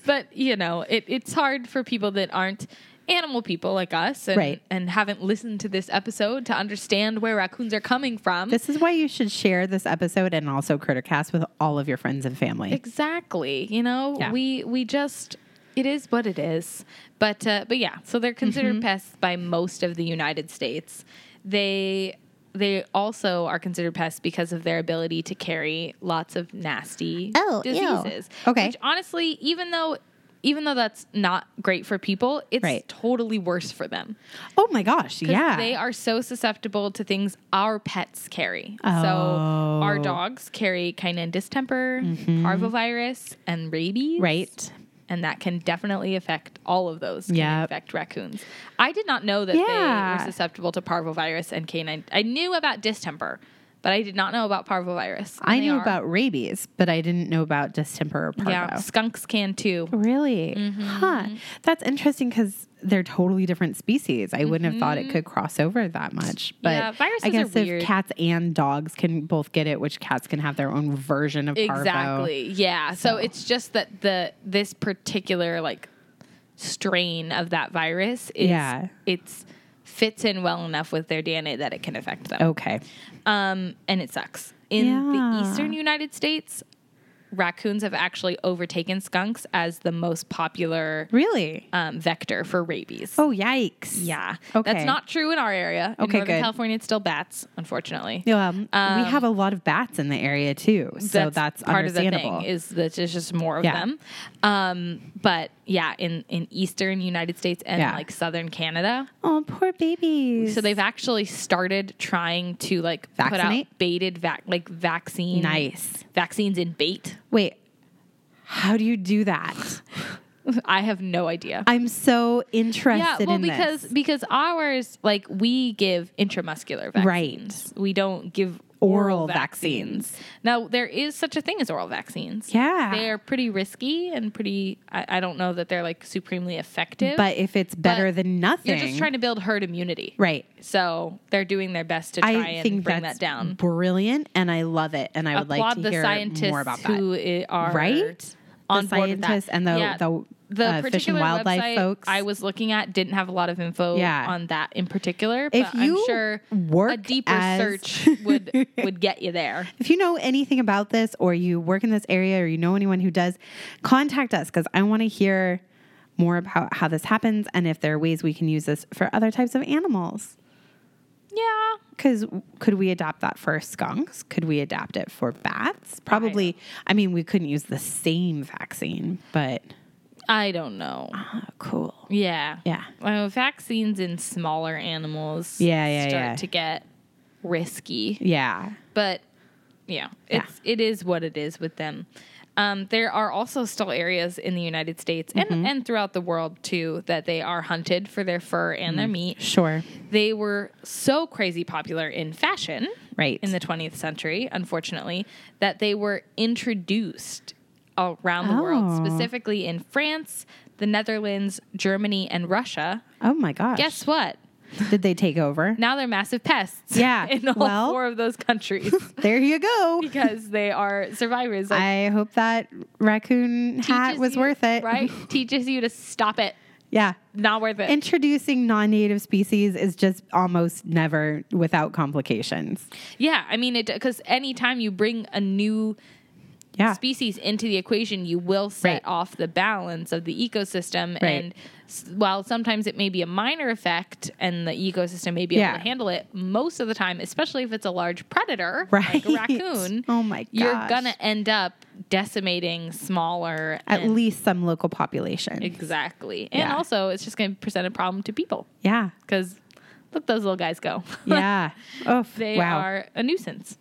B: but you know it, it's hard for people that aren't animal people like us and,
A: Right.
B: and haven't listened to this episode to understand where raccoons are coming from
A: this is why you should share this episode and also Crittercast with all of your friends and family.
B: exactly you know
A: Yeah.
B: we we just it is what it is but uh, but yeah so they're considered
A: Mm-hmm.
B: pests by most of the united states they they also are considered pests because of their ability to carry lots of nasty
A: Oh, ew.
B: diseases
A: Okay.
B: which honestly even though even though that's not great for people it's
A: Right.
B: totally worse for them
A: oh my gosh.
B: 'Cause
A: Yeah.
B: They are so susceptible to things our pets carry. So
A: Oh. Mm-hmm.
B: our dogs carry canine distemper, parvovirus, and rabies.
A: right.
B: And that can definitely affect all of those. Can
A: Yep.
B: affect raccoons. I did not know that they
A: Yeah.
B: were susceptible to parvovirus and canine. I knew about distemper, but I did not know about parvovirus.
A: I
B: And they
A: knew
B: are-
A: about rabies, but I didn't know about distemper or parvo.
B: Yeah, Mm-hmm. skunks can too.
A: Really? Huh. That's interesting because they're totally different species. I wouldn't have thought it could cross over that much. But
B: Mm-hmm. Yeah, viruses
A: I
B: are
A: guess
B: weird.
A: if cats and dogs can both get it, which cats can have their own version of parvo.
B: Exactly. Yeah. So. it's just that the this particular like strain of that virus is
A: Yeah.
B: it's fits in well enough with their DNA that it can affect them.
A: Okay.
B: Um and it sucks. In
A: Oh. Yeah.
B: the eastern United States, raccoons have actually overtaken skunks as the most popular
A: Really?
B: um, vector for rabies.
A: Oh, yikes.
B: Yeah.
A: Okay.
B: That's not true in our area. In
A: Okay,
B: Northern
A: good.
B: California it's still bats, unfortunately.
A: Yeah, Um, we have a lot of bats in the area too, so that's,
B: part of the
A: understandable.
B: thing is that there's just more of
A: Yeah.
B: them. Um, but yeah, in in eastern United States and
A: Yeah.
B: like southern Canada,
A: oh, poor babies.
B: so they've actually started trying to like put out
A: Vaccinate?
B: baited vac like vaccine
A: nice.
B: vaccines in bait.
A: Wait, how do you do that?
B: I have no idea.
A: I'm so
B: yeah,
A: interested.
B: well,
A: in
B: because
A: this.
B: because ours like we give intramuscular
A: Right.
B: vaccines. We don't give
A: Oral vaccines.
B: Now there is such a thing as oral vaccines.
A: Yeah.
B: they are pretty risky and pretty. I, I don't know that they're like supremely effective.
A: but if it's better than nothing,
B: you're just trying to build herd immunity,
A: right.
B: So they're doing their best to try
A: I
B: and
A: think
B: bring
A: that's
B: that down.
A: brilliant, and I love it. And I would
B: Applaud
A: like to
B: the
A: hear
B: scientists
A: more about that.
B: who i- are
A: Right?
B: on
A: the
B: board with that.
A: scientists and the
B: Yeah.
A: the,
B: the
A: uh, fish and
B: particular
A: wildlife
B: website
A: folks.
B: I was looking at didn't have a lot of info
A: Yeah.
B: on that in particular.
A: If
B: but
A: you
B: I'm sure a
A: work
B: deeper
A: as-
B: search would would get you there.
A: If you know anything about this or you work in this area or you know anyone who does, contact us because I want to hear more about how this happens and if there are ways we can use this for other types of animals.
B: Yeah.
A: Because could we adopt that for skunks? Could we adapt it for bats? Probably. I mean, we couldn't use the same vaccine, but
B: I don't know.
A: oh, cool.
B: Yeah.
A: Yeah.
B: Well, vaccines in smaller animals
A: Yeah, yeah,
B: start
A: yeah.
B: to get risky.
A: Yeah.
B: but yeah,
A: Yeah.
B: it's it is what it is with them. Um, there are also still areas in the United States and,
A: Mm-hmm.
B: and throughout the world too that they are hunted for their fur and
A: Mm.
B: their meat.
A: Sure.
B: They were so crazy popular in fashion
A: Right.
B: in the 20th century, unfortunately, that they were introduced around the world,
A: Oh.
B: specifically in France, the Netherlands, Germany, and Russia.
A: oh my gosh.
B: Guess what?
A: Did they take over?
B: Now they're massive pests.
A: Yeah,
B: in all
A: well-
B: four of those countries
A: There you go.
B: because they are survivors. Like,
A: I hope that raccoon hat
B: teaches
A: was
B: you-
A: worth it.
B: Right? Teaches you to stop it.
A: Yeah.
B: Not worth it.
A: Introducing non native species is just almost never without complications.
B: yeah, I mean it because anytime you bring a new
A: Yeah.
B: species into the equation, you will set
A: Right.
B: off the balance of the ecosystem.
A: Right.
B: And s- while sometimes it may be a minor effect and the ecosystem may be
A: Yeah.
B: able to handle it, most of the time, especially if it's a large predator,
A: Right.
B: like a raccoon,
A: Oh my
B: you're
A: gosh.
B: going to end up decimating smaller.
A: At
B: and-
A: least some local population.
B: Exactly. And
A: Yeah.
B: also, it's just going to present a problem to people
A: yeah.
B: because look, those little guys go.
A: Yeah. Oh,
B: they
A: wow.
B: are a nuisance.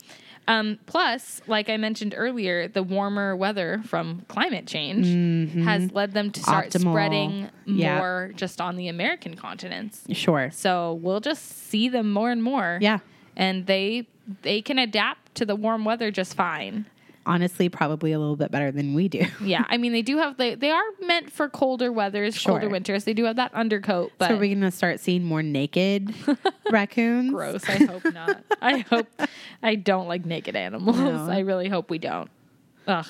B: Um, plus, like I mentioned earlier, the warmer weather from climate change has led them to start
A: Mm-hmm. Optimal.
B: spreading
A: Yeah.
B: more just on the American continents.
A: Sure.
B: So we'll just see them more and more.
A: Yeah.
B: and they they can adapt to the warm weather just fine.
A: Honestly, probably a little bit better than we do.
B: Yeah, I mean they do have they they are meant for colder weathers, colder
A: Sure.
B: winters. They do have that undercoat, but
A: so we're going to start seeing more naked raccoons.
B: gross. I hope not. I hope I don't like naked animals.
A: No.
B: I really hope we don't. Ugh.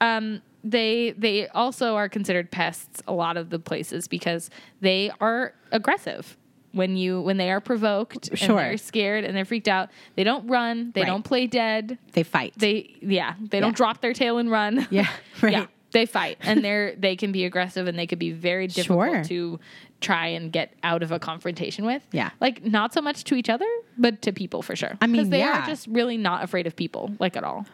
B: Um, they they also are considered pests a lot of the places because they are aggressive. When you when they are provoked
A: Sure.
B: and they're scared and they're freaked out, they don't run. They
A: Right.
B: don't play dead.
A: They fight.
B: They yeah. They don't
A: Yeah.
B: drop their tail and run.
A: yeah. Right.
B: Yeah, they fight and they're they can be aggressive and they could be very difficult
A: Sure.
B: to try and get out of a confrontation with.
A: Yeah.
B: Like not so much to each other, but to people for sure.
A: I mean,
B: they are
A: yeah.
B: just really not afraid of people, like at all.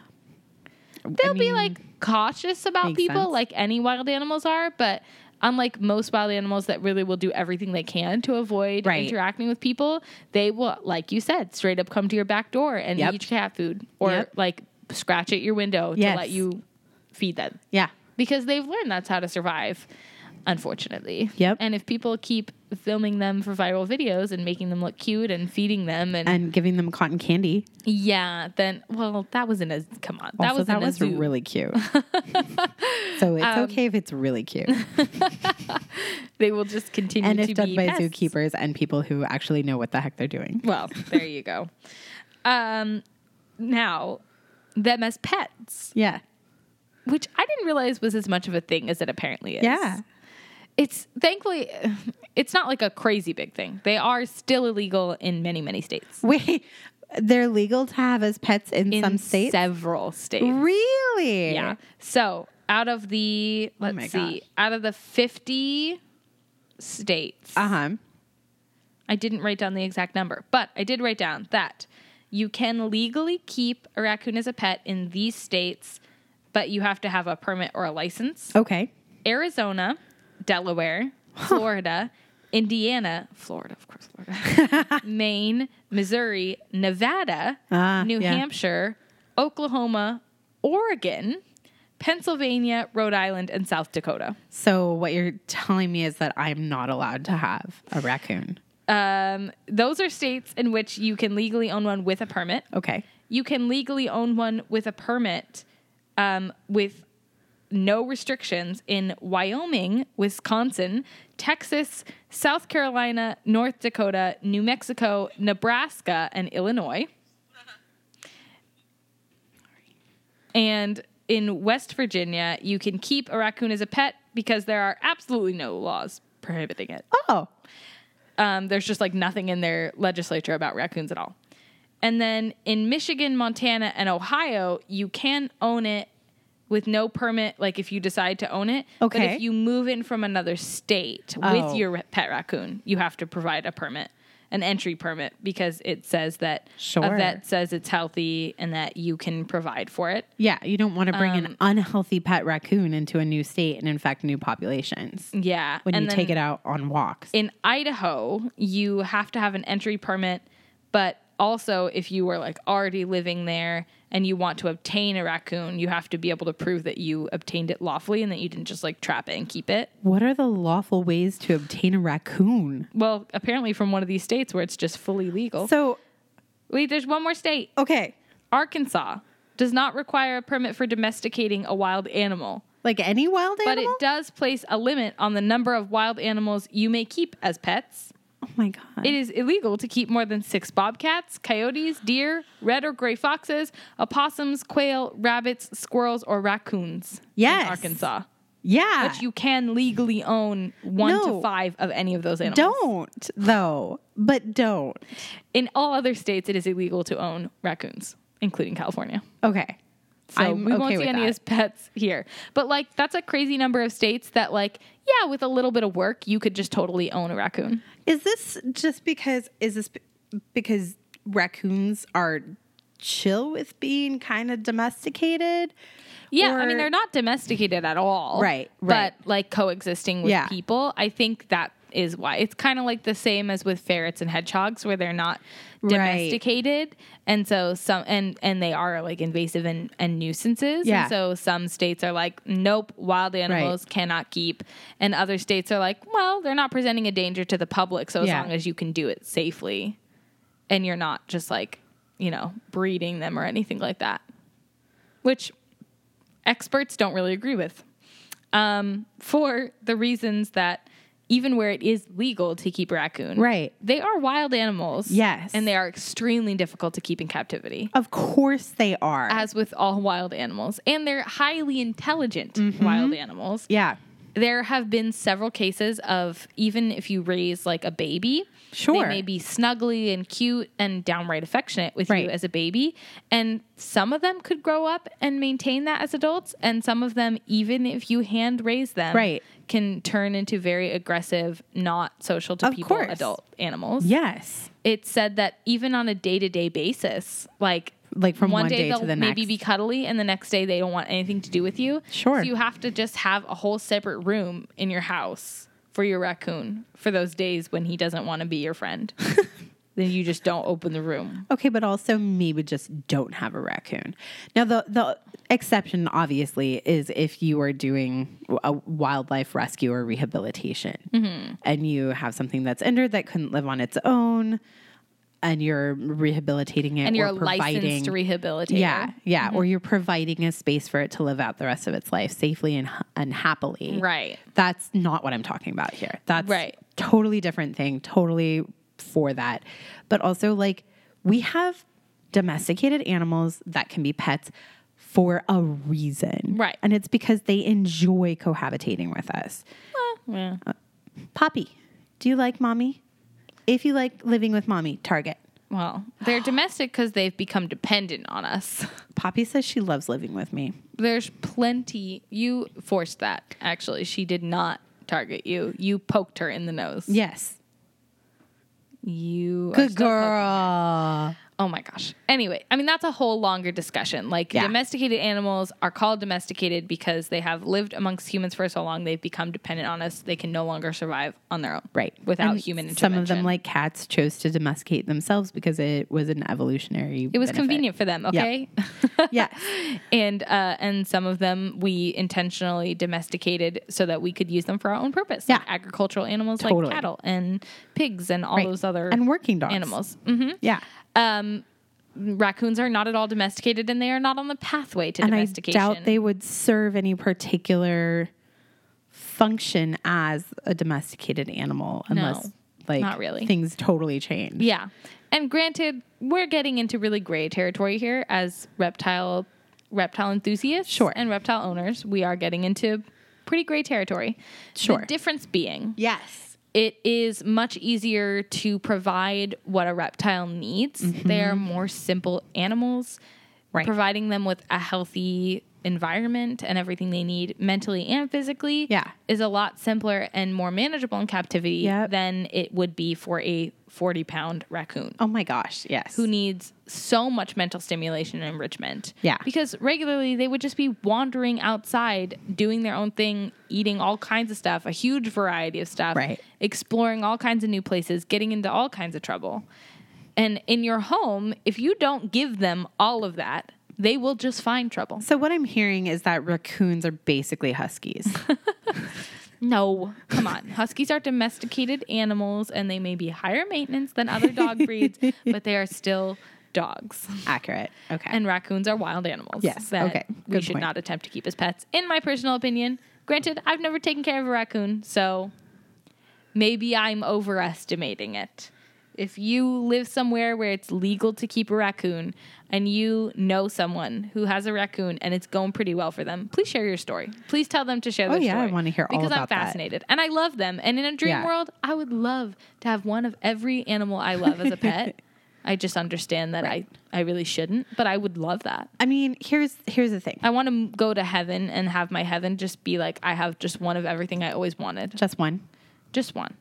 A: I
B: They'll be
A: mean,
B: like cautious about
A: makes
B: people
A: sense.
B: like any wild animals are, but unlike most wild animals that really will do everything they can to avoid
A: Right.
B: interacting with people, they will like you said, straight up come to your back door and
A: Yep.
B: eat your cat food or
A: Yep.
B: like scratch at your window
A: Yes.
B: to let you feed them
A: Yeah.
B: because they've learned that's how to survive, unfortunately.
A: Yep.
B: And if people keep filming them for viral videos and making them look cute and feeding them and,
A: And giving them cotton candy.
B: yeah, then well, that was in a come on, that
A: Also,
B: was in
A: that
B: a
A: was
B: zoo. Um,
A: really cute. so it's okay if it's really cute,
B: they will just continue
A: and
B: to
A: if
B: be
A: done by
B: pests.
A: zookeepers and people who actually know what the heck they're doing.
B: Well, there you go. Um, now them as pets,
A: Yeah.
B: which I didn't realize was as much of a thing as it apparently is.
A: Yeah.
B: It's thankfully, it's not like a crazy big thing. They are still illegal in many, many states.
A: Wait, they're legal to have as pets in,
B: in
A: some states.
B: several states.
A: Really?
B: Yeah. So out of the let's
A: Oh my
B: see,
A: gosh.
B: out of the fifty states,
A: Uh huh.
B: I didn't write down the exact number, but I did write down that you can legally keep a raccoon as a pet in these states, but you have to have a permit or a license.
A: Okay.
B: Arizona, Delaware, Florida, Indiana, Florida, of course, Florida, Maine, Missouri, Nevada,
A: Ah,
B: New
A: yeah.
B: Hampshire, Oklahoma, Oregon, Pennsylvania, Rhode Island, and South Dakota.
A: So what you're telling me is that I'm not allowed to have a raccoon.
B: Um, those are states in which you can legally own one with a permit.
A: Okay.
B: You can legally own one with a permit um, with no restrictions in Wyoming, Wisconsin, Texas, South Carolina, North Dakota, New Mexico, Nebraska, and Illinois. And in West Virginia, you can keep a raccoon as a pet because there are absolutely no laws prohibiting it.
A: Oh.
B: Um, there's just like nothing in their legislature about raccoons at all. And then in Michigan, Montana, and Ohio, you can own it with no permit, like if you decide to own it. But
A: Okay.
B: if you move in from another state
A: Oh.
B: with your ra- pet raccoon, you have to provide a permit, an entry permit, because it says that a
A: Sure.
B: vet says it's healthy and that you can provide for it.
A: Yeah, you don't want to bring
B: Um,
A: an unhealthy pet raccoon into a new state and infect new populations
B: Yeah.
A: when
B: and
A: you
B: then-
A: take it out on walks.
B: in Idaho, you have to have an entry permit, but also if you were like already living there and you want to obtain a raccoon, you have to be able to prove that you obtained it lawfully and that you didn't just like trap it and keep it.
A: What are the lawful ways to obtain a raccoon?
B: Well, apparently from one of these states where it's just fully legal.
A: So,
B: Wait, there's one more state.
A: okay,
B: Arkansas does not require a permit for domesticating a wild animal,
A: like any wild
B: but
A: animal?
B: it does place a limit on the number of wild animals you may keep as pets.
A: oh my God.
B: It is illegal to keep more than six bobcats, coyotes, deer, red or gray foxes, opossums, quail, rabbits, squirrels, or raccoons
A: Yes.
B: in Arkansas.
A: yeah.
B: But you can legally own one to
A: No.
B: five of any of those animals.
A: don't, though. But don't.
B: In all other states, it is illegal to own raccoons, including California.
A: Okay.
B: So
A: I'm
B: we
A: okay
B: won't see
A: with
B: any
A: that.
B: as pets here. But like, that's a crazy number of states that, like, yeah, with a little bit of work, you could just totally own a raccoon.
A: Is this just because is this b- because raccoons are chill with being kind of domesticated?
B: Yeah, I
A: Or-
B: mean they're not domesticated at all.
A: Right, right.
B: But like coexisting with
A: Yeah.
B: people, I think that is why. It's kind of like the same as with ferrets and hedgehogs where they're not
A: Right.
B: domesticated and so some and and they are like invasive and and nuisances.
A: Yeah.
B: And so some states are like nope, wild animals cannot keep and other states are like, well, they're not presenting a danger to the public so as
A: Yeah.
B: long as you can do it safely and you're not just like, you know, breeding them or anything like that. Which experts don't really agree with um, for the reasons that even where it is legal to keep a raccoon,
A: Right.
B: They are wild animals,
A: Yes.
B: and they are extremely difficult to keep in captivity,
A: Of course they are.
B: as with all wild animals, and they're highly intelligent
A: Mm-hmm.
B: wild animals.
A: yeah.
B: There have been several cases of even if you raise like a baby,
A: Sure.
B: they may be snuggly and cute and downright affectionate with
A: Right.
B: you as a baby, and some of them could grow up and maintain that as adults, and some of them, even if you hand raise them,
A: Right.
B: can turn into very aggressive, not social to
A: Of
B: people
A: course.
B: adult animals.
A: Yes.
B: It's said that even on a day to day basis, like
A: Like from one day to
B: they'll
A: the
B: maybe
A: next.
B: be cuddly, and the next day they don't want anything to do with you.
A: Sure.
B: so you have to just have a whole separate room in your house for your raccoon for those days when he doesn't want to be your friend. then you just don't open the room.
A: Okay, but also maybe just don't have a raccoon. Now the the exception obviously is if you are doing a wildlife rescue or rehabilitation
B: Mm-hmm.
A: and you have something that's injured that couldn't live on its own and you're rehabilitating it
B: And you're
A: or
B: a
A: providing
B: licensed rehabilitator.
A: Yeah, yeah. Or
B: Mm-hmm.
A: you're providing a space for it to live out the rest of its life safely and, and happily.
B: Right.
A: That's not what I'm talking about here. That's
B: Right.
A: totally different thing, totally for that. But also, like, we have domesticated animals that can be pets for a reason.
B: Right.
A: And it's because they enjoy cohabitating with us.
B: Yeah.
A: Poppy, do you like mommy? If you like living with mommy, Target.
B: Well, they're domestic because they've become dependent on us.
A: Poppy says she loves living with me.
B: There's plenty. You forced that, actually. She did not target you. You poked her in the nose.
A: Yes.
B: You. are
A: Good
B: still poking her.
A: girl.
B: Oh my gosh. Anyway, I mean, that's a whole longer discussion. Like,
A: Yeah.
B: domesticated animals are called domesticated because they have lived amongst humans for so long, they've become dependent on us. They can no longer survive on their own.
A: Right.
B: Without
A: And
B: human intervention.
A: Some of them, like cats, chose to domesticate themselves because it was an evolutionary.
B: It was convenient for them, okay?
A: Yes.
B: and uh, and some of them we intentionally domesticated so that we could use them for our own purpose.
A: Yeah.
B: Like agricultural animals
A: Totally.
B: like cattle and pigs and all
A: Right.
B: those other
A: And working dogs.
B: animals. hmm
A: Yeah.
B: Um, raccoons are not at all domesticated, and they are not on the pathway to
A: And I
B: domestication.
A: doubt they would serve any particular function as a domesticated animal unless, like,
B: not really.
A: things totally change.
B: Yeah. And granted, we're getting into really gray territory here as reptile reptile enthusiasts
A: Sure.
B: and reptile owners. We are getting into pretty gray territory.
A: Sure.
B: The difference being
A: Yes.
B: it is much easier to provide what a reptile needs. They are more simple animals.
A: Mm-hmm. Right.
B: Providing them with a healthy environment and everything they need mentally and physically
A: Yeah.
B: is a lot simpler and more manageable in captivity
A: Yep.
B: than it would be for a 40 pound raccoon
A: Oh my gosh. Yes.
B: who needs so much mental stimulation and enrichment.
A: Yeah.
B: Because regularly they would just be wandering outside, doing their own thing, eating all kinds of stuff, a huge variety of stuff,
A: Right.
B: exploring all kinds of new places, getting into all kinds of trouble. And in your home, if you don't give them all of that, they will just find trouble.
A: So what I'm hearing is that raccoons are basically huskies.
B: No, come on. Huskies are domesticated animals and they may be higher maintenance than other dog breeds, but they are still dogs.
A: Accurate. Okay.
B: and raccoons are wild animals.
A: Yes,
B: that
A: okay,
B: we
A: good
B: should
A: point.
B: not attempt to keep as pets, in my personal opinion. Granted, I've never taken care of a raccoon, so Maybe I'm overestimating it. If you live somewhere where it's legal to keep a raccoon and you know someone who has a raccoon and it's going pretty well for them, please share your story. Please tell them to share
A: Oh,
B: their
A: yeah, I
B: story.
A: wanna hear all
B: Because I'm
A: about that.
B: fascinated. And I love them. And in a dream
A: Yeah.
B: world, I would love to have one of every animal I love as a pet. I just understand that I, I really shouldn't, but I would love that.
A: I mean, here's here's the thing.
B: I want to go to heaven and have my heaven just be like I have just one of everything I always wanted,
A: Just one.
B: just one.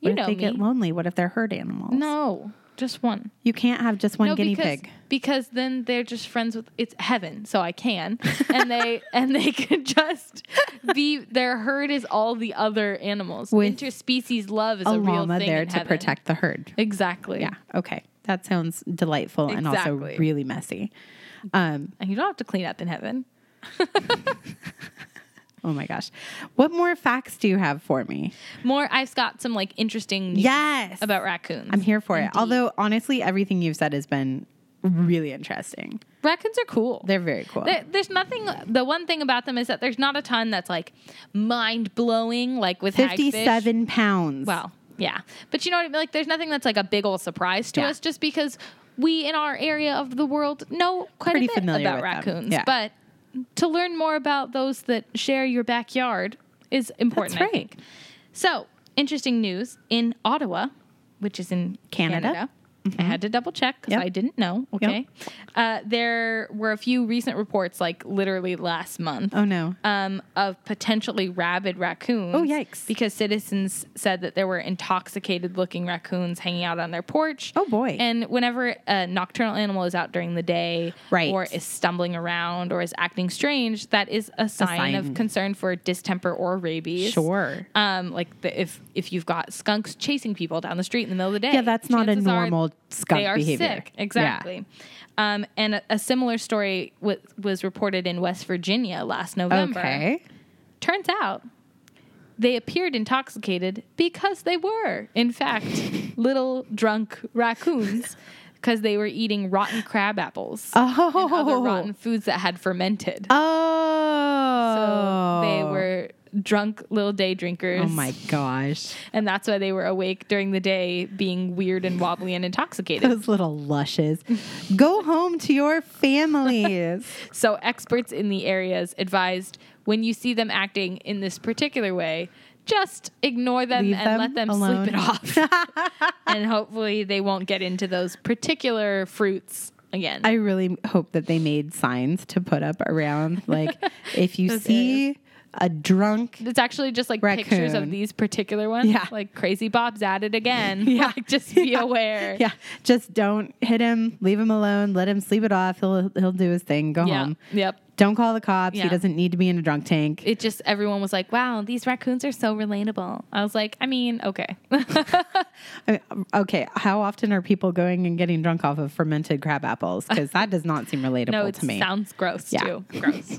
A: What
B: You
A: if
B: know
A: they
B: me.
A: get lonely? What if they're herd animals?
B: no, just one.
A: You can't have just one
B: no,
A: guinea
B: because,
A: pig.
B: Because then they're just friends with it's heaven, so I can, and they and they could just be their herd is all the other animals.
A: With
B: Interspecies love is
A: A
B: a, real
A: llama
B: thing
A: there
B: in
A: to
B: heaven.
A: protect the herd.
B: Exactly.
A: Yeah. Okay. That sounds delightful and also
B: Exactly.
A: really messy. Um,
B: and you don't have to clean up in heaven.
A: oh my gosh. What more facts do you have for me?
B: More. I've got some like interesting news
A: Yes.
B: about raccoons.
A: I'm here for it. Although honestly, everything you've said has been really interesting.
B: Raccoons are cool.
A: They're very cool.
B: There, there's nothing. The one thing about them is that there's not a ton that's like mind blowing, like with hagfish.
A: 57 pounds.
B: Wow. Yeah. But you know what I mean? Like, there's nothing that's like a big old surprise to
A: Yeah.
B: us just because we in our area of the world know quite
A: Pretty
B: a bit
A: familiar
B: about
A: with them.
B: raccoons.
A: Yeah.
B: But to learn more about those that share your backyard is important,
A: That's
B: I think. So, interesting news in Ottawa, which is in
A: Canada. Mm-hmm.
B: Canada. I had to double check because
A: Yep.
B: I didn't know. Okay. Uh, there were a few recent reports, like literally last month,
A: Oh no.
B: um, of potentially rabid raccoons.
A: Oh, yikes.
B: Because citizens said that there were intoxicated looking raccoons hanging out on their porch.
A: Oh, boy.
B: And whenever a nocturnal animal is out during the day
A: Right.
B: or is stumbling around or is acting strange, that is a sign,
A: sign.
B: of concern for distemper or rabies.
A: Sure.
B: Um, like the, if if you've got skunks chasing people down the street in the middle of the day.
A: Yeah, that's not a
B: chances are
A: normal skunk
B: they are
A: behavior.
B: Sick.
A: Yeah.
B: Exactly. Um, and a, a similar story w- was reported in West Virginia last November.
A: Okay.
B: Turns out they appeared intoxicated because they were, in fact, little drunk raccoons because they were eating rotten crab apples and other
A: Oh.
B: rotten foods that had fermented.
A: Oh.
B: So they were drunk little day drinkers.
A: Oh my gosh.
B: And that's why they were awake during the day being weird and wobbly and intoxicated.
A: Those little lushes. Go home to your families.
B: So experts in the areas advised when you see them acting in this particular way, just ignore them
A: Leave
B: and
A: them
B: let them
A: alone.
B: sleep it off. and hopefully they won't get into those particular fruits again.
A: I really hope that they made signs to put up around like if you
B: Those
A: see a drunk
B: it's actually just like pictures
A: Raccoon.
B: of these particular ones.
A: Yeah.
B: Like Crazy Bob's at it again.
A: Yeah.
B: Like just be aware.
A: yeah, just don't hit him, leave him alone, let him sleep it off. He'll he'll do his thing, go
B: Yeah.
A: home.
B: Yep.
A: Don't call the cops. He
B: Yeah.
A: doesn't need to be in a drunk tank.
B: It just everyone was like, "Wow, these raccoons are so relatable." I was like, "I mean, okay."
A: I mean, Uh, okay, how often are people going and getting drunk off of fermented crab apples? Because that does not seem relatable
B: No, it
A: to me.
B: sounds gross
A: Yeah.
B: too. Gross.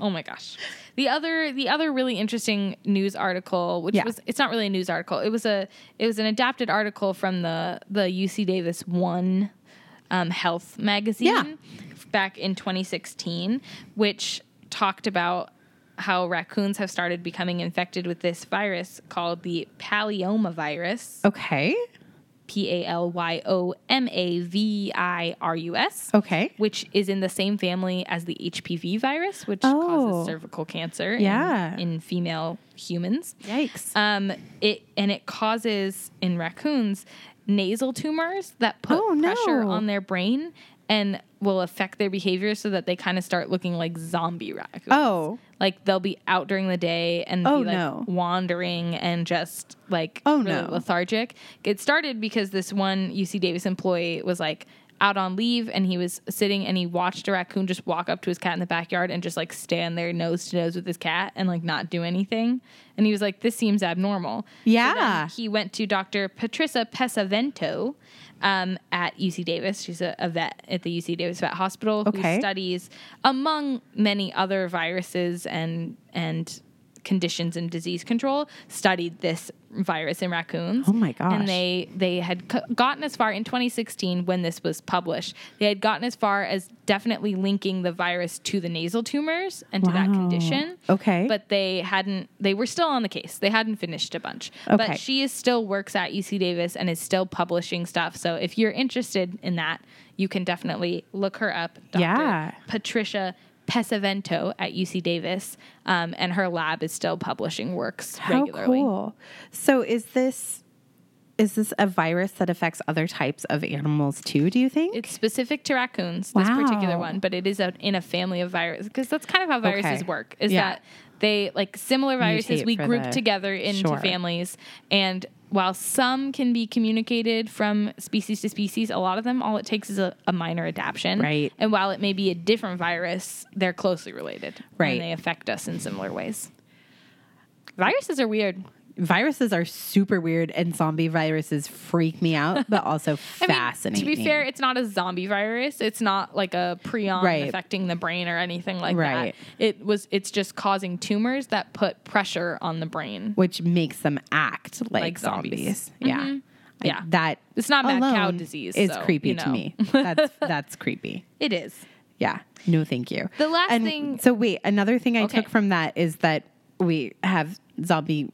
B: oh my gosh. The other the other really interesting news article, which
A: Yeah.
B: was it's not really a news article. It was a it was an adapted article from the the UC Davis One um, Health magazine
A: Yeah.
B: back in 2016, which talked about how raccoons have started becoming infected with this virus called the paleomavirus.
A: okay,
B: P A L Y O M A V I R U S.
A: Okay.
B: Which is in the same family as the HPV virus, which
A: Oh.
B: causes cervical cancer in-
A: Yeah.
B: in, female humans.
A: yikes.
B: Um, it and it causes in raccoons nasal tumors that put
A: Oh, no.
B: pressure on their brain and will affect their behavior so that they kind of start looking like zombie raccoons.
A: Oh.
B: Like they'll be out during the day and
A: Oh,
B: be like
A: no.
B: wandering and just like
A: Oh,
B: really
A: no.
B: lethargic. It started because this one UC Davis employee was like out on leave and he was sitting and he watched a raccoon just walk up to his cat in the backyard and just like stand there nose to nose with his cat and like not do anything. And he was like, this seems abnormal. So then
A: Yeah.
B: he went to Dr. Patricia Pesavento um, at UC Davis. She's a, a vet at the UC Davis Vet Hospital who
A: Okay.
B: studies, among many other viruses and and Conditions and Disease Control studied this virus in raccoons.
A: Oh my gosh.
B: And they they had c- gotten as far in 2016 when this was published. They had gotten as far as definitely linking the virus to the nasal tumors and to that
A: Wow.
B: condition.
A: Okay.
B: But they hadn't they were still on the case. They hadn't finished a bunch.
A: Okay.
B: But she is still works at UC Davis and is still publishing stuff. So if you're interested in that, you can definitely look her up. Dr.
A: Yeah.
B: Patricia Pesavento at UC Davis, um, and her lab is still publishing works
A: How
B: regularly.
A: cool. So is this is this a virus that affects other types of animals too, do you think?
B: It's specific to raccoons, this particular
A: Wow.
B: one, but it is a, in a family of viruses because that's kind of how viruses
A: Okay.
B: work. Is
A: Yeah.
B: that they like similar viruses
A: Mutate
B: we
A: for
B: group
A: the-
B: together into
A: Sure.
B: families, and while some can be communicated from species to species, a lot of them all it takes is a, a minor adaptation.
A: Right.
B: And while it may be a different virus, they're closely related.
A: Right.
B: And they affect us in similar ways. Viruses are weird.
A: viruses are super weird and zombie viruses freak me out, but also
B: I mean,
A: fascinating.
B: to be fair, it's not a zombie virus. It's not like a prion
A: Right.
B: affecting the brain or anything like
A: Right.
B: that. It was. It's just causing tumors that put pressure on the brain.
A: which makes them act like,
B: Like zombies. Mm-hmm.
A: zombies. Yeah. I-
B: Yeah.
A: that
B: It's not mad cow
A: alone
B: disease,
A: Is
B: so,
A: creepy
B: you
A: to
B: know.
A: me. That's that's creepy.
B: It is.
A: Yeah. No, thank you.
B: The last
A: And
B: thing-
A: So wait, another thing I
B: Okay.
A: took from that is that we have zombie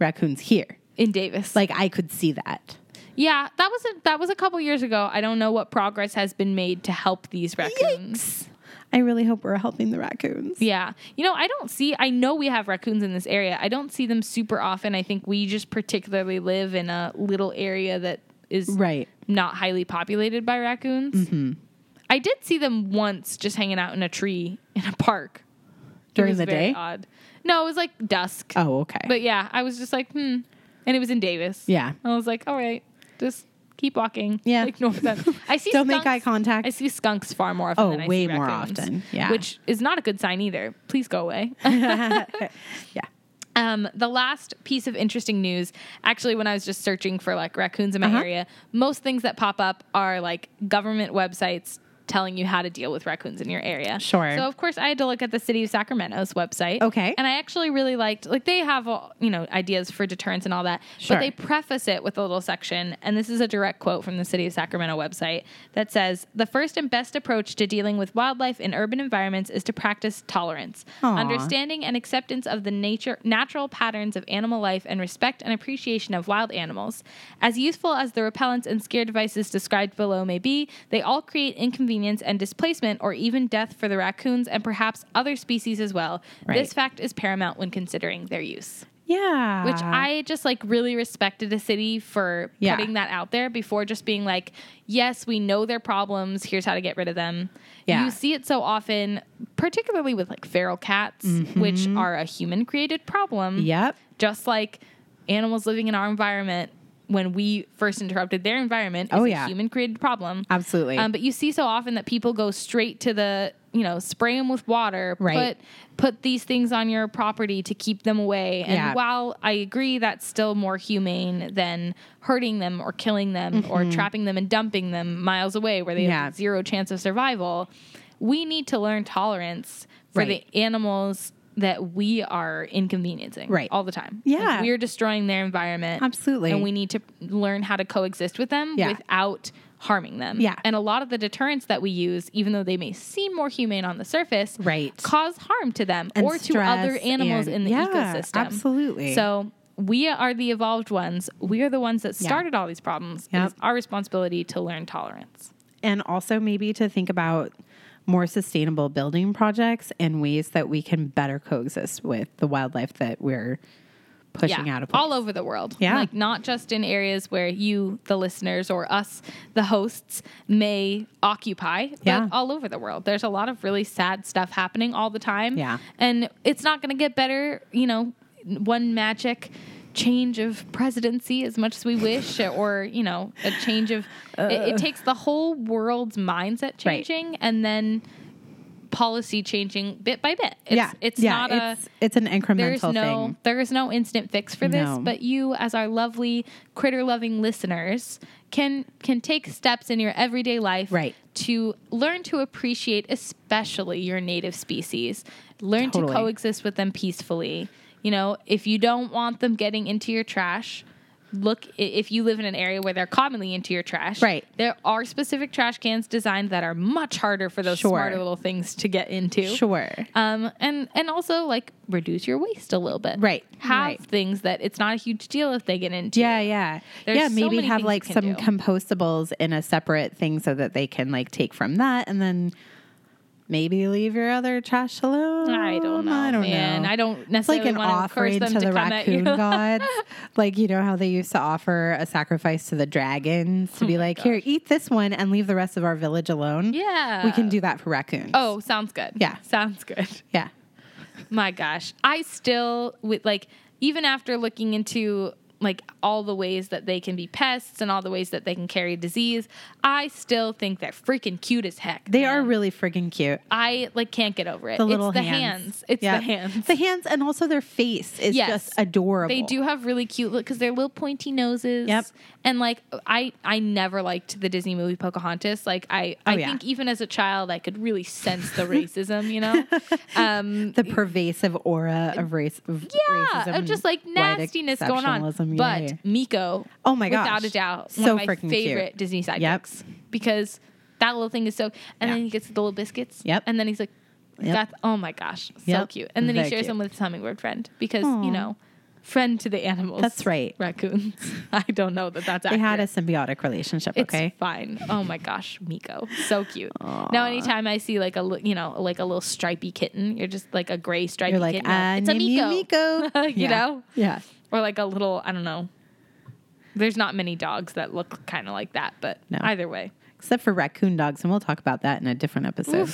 A: raccoons here.
B: In Davis,
A: Like I could see that.
B: yeah, that was a, that was a couple years ago. I don't know what progress has been made to help these raccoons.
A: I really hope we're helping the raccoons.
B: Yeah. You know, I don't see, I know we have raccoons in this area. I don't see them super often. I think we just particularly live in a little area that is
A: Right.
B: not highly populated by raccoons.
A: Mm-hmm.
B: I did see them once just hanging out in a tree in a park It
A: During
B: was
A: the
B: very
A: day?
B: Odd. No, it was like dusk.
A: Oh, okay.
B: But yeah, I was just like, hmm. And it was in Davis.
A: yeah.
B: I was like, all right, just keep walking.
A: Yeah.
B: Ignore them. I see
A: Don't make
B: skunks-
A: eye contact.
B: I see skunks far more often
A: Oh,
B: than I
A: way
B: see
A: more
B: raccoons,
A: often. Yeah.
B: Which is not a good sign either. Please go away.
A: yeah.
B: Um, the last piece of interesting news, actually, when I was just searching for like raccoons in my
A: Uh-huh.
B: area, most things that pop up are like government websites telling you how to deal with raccoons in your area.
A: Sure.
B: So of course, I had to look at the city of Sacramento's website.
A: Okay.
B: And I actually really liked like they have all, you know ideas for deterrence and all that,
A: Sure.
B: but they preface it with a little section, and this is a direct quote from the city of Sacramento website that says the first and best approach to dealing with wildlife in urban environments is to practice tolerance.
A: Aw.
B: Understanding and acceptance of the nature natural patterns of animal life and respect and appreciation of wild animals. As useful as the repellents and scare devices described below may be, they all create inconvenience and displacement or even death for the raccoons and perhaps other species as well.
A: Right.
B: This fact is paramount when considering their use.
A: Yeah.
B: Which I just like really respected a city for
A: Yeah.
B: putting that out there before just being like, yes, we know their problems. Here's how to get rid of them.
A: Yeah.
B: You see it so often, particularly with like feral cats,
A: Mm-hmm.
B: which are a human created problem.
A: Yep.
B: Just like animals living in our environment when we first interrupted their environment is
A: Oh,
B: a
A: yeah.
B: human created problem.
A: Absolutely.
B: Um, but you see so often that people go straight to the, you know, spray them with water,
A: Right.
B: put put these things on your property to keep them away. And
A: Yeah.
B: while I agree that's still more humane than hurting them or killing them or trapping them and dumping them miles away where they
A: Mm-hmm. Yeah.
B: have zero chance of survival, we need to learn tolerance for
A: Right.
B: the animals that we are inconveniencing
A: Right.
B: all the time.
A: Yeah.
B: Like we're destroying their environment.
A: Absolutely.
B: And we need to learn how to coexist with them
A: Yeah.
B: without harming them.
A: Yeah.
B: And a lot of the deterrents that we use, even though they may seem more humane on the surface,
A: Right.
B: cause harm to them
A: And
B: or to other
A: stress
B: animals
A: and-
B: in the
A: yeah,
B: ecosystem.
A: absolutely.
B: So we are the evolved ones. We are the ones that
A: Yeah.
B: started all these problems.
A: Yep.
B: It is our responsibility to learn tolerance.
A: and also maybe to think about more sustainable building projects and ways that we can better coexist with the wildlife that we're pushing out of place.
B: all over the world.
A: Yeah.
B: Like not just in areas where you, the listeners, or us, the hosts, may occupy, but
A: Yeah.
B: all over the world. There's a lot of really sad stuff happening all the time.
A: Yeah.
B: And it's not gonna get better, you know, one magic change of presidency as much as we wish or you know a change of it, it takes the whole world's mindset
A: Uh. Right.
B: changing and then policy changing bit by bit it's,
A: yeah,
B: it's
A: yeah,
B: not a
A: it's, it's an
B: there's
A: incremental
B: no
A: thing.
B: there is no instant fix for this
A: No.
B: but you as our lovely critter loving listeners can can take steps in your everyday life
A: Right.
B: to learn to appreciate especially your native species learn
A: Totally.
B: to coexist with them peacefully you You know, if you don't want them getting into your trash, look i- if you live in an area where they're commonly into your trash.
A: Right.
B: There are specific trash cans designed that are much harder for those
A: Sure.
B: smarter little things to get into.
A: Sure.
B: Um, and and also like reduce your waste a little bit.
A: Right,
B: Have
A: right.
B: things that it's not a huge deal if they get into.
A: Yeah, yeah.
B: There's
A: yeah,
B: so
A: maybe
B: many things
A: have
B: you
A: like
B: can
A: some
B: do.
A: compostables in a separate thing so that they can like take from that and then maybe leave your other trash alone.
B: I don't know.
A: I don't
B: man.
A: know.
B: I don't
A: It's like
B: necessarily
A: an
B: want to encourage
A: offering
B: them
A: to the
B: come at you.
A: raccoon gods. Like, you know how they used to offer a sacrifice to the dragons
B: Oh
A: to be like, here, eat this one and leave the rest of our village alone.
B: yeah.
A: We can do that for raccoons.
B: Oh, sounds good.
A: Yeah.
B: Sounds good.
A: yeah.
B: My gosh. I still with like even after looking into like all the ways that they can be pests and all the ways that they can carry disease, I still think they're freaking cute as heck.
A: They
B: man.
A: are really friggin' cute.
B: I like can't get over it.
A: The little
B: it's the
A: hands.
B: hands. It's
A: Yeah.
B: the hands.
A: The hands and also their face is
B: Yes.
A: just adorable.
B: They do have really cute look because they're little pointy noses.
A: Yep.
B: And like I, I never liked the Disney movie Pocahontas. Like I, I
A: Oh, yeah.
B: think even as a child, I could really sense the racism. You know. Um,
A: the pervasive aura of race of
B: yeah,
A: racism
B: of just
A: and
B: like
A: white
B: nastiness going on.
A: exceptionalism. Yeah,
B: but
A: yeah.
B: Miko,
A: Oh my gosh.
B: without a doubt,
A: So
B: one of my
A: freaking cute.
B: favorite Disney sidekicks
A: Yep.
B: because that little thing is so.
A: Yeah.
B: And then he gets the little biscuits.
A: Yep.
B: And then he's like,
A: Yep.
B: "That's oh my gosh, so
A: Yep.
B: cute." And then he
A: Very
B: shares
A: cute.
B: them with his hummingbird friend because
A: Aw.
B: you know, friend to the animals.
A: That's right.
B: raccoons. I don't know that that's.
A: they had a
B: accurate.
A: symbiotic relationship,
B: It's
A: okay?
B: fine. Oh my gosh, Miko, so cute. Now, anytime I see like a li- you know like a little stripy kitten, you're just like a gray stripy
A: You're like,
B: kitten.
A: ah,
B: it's a
A: name you
B: Miko,
A: Miko.
B: You
A: Yeah.
B: know?
A: Yeah.
B: or like a little I don't know. There's not many dogs that look kind of like that, but
A: No.
B: either way,
A: Except for raccoon dogs, and we'll talk about that in a different episode.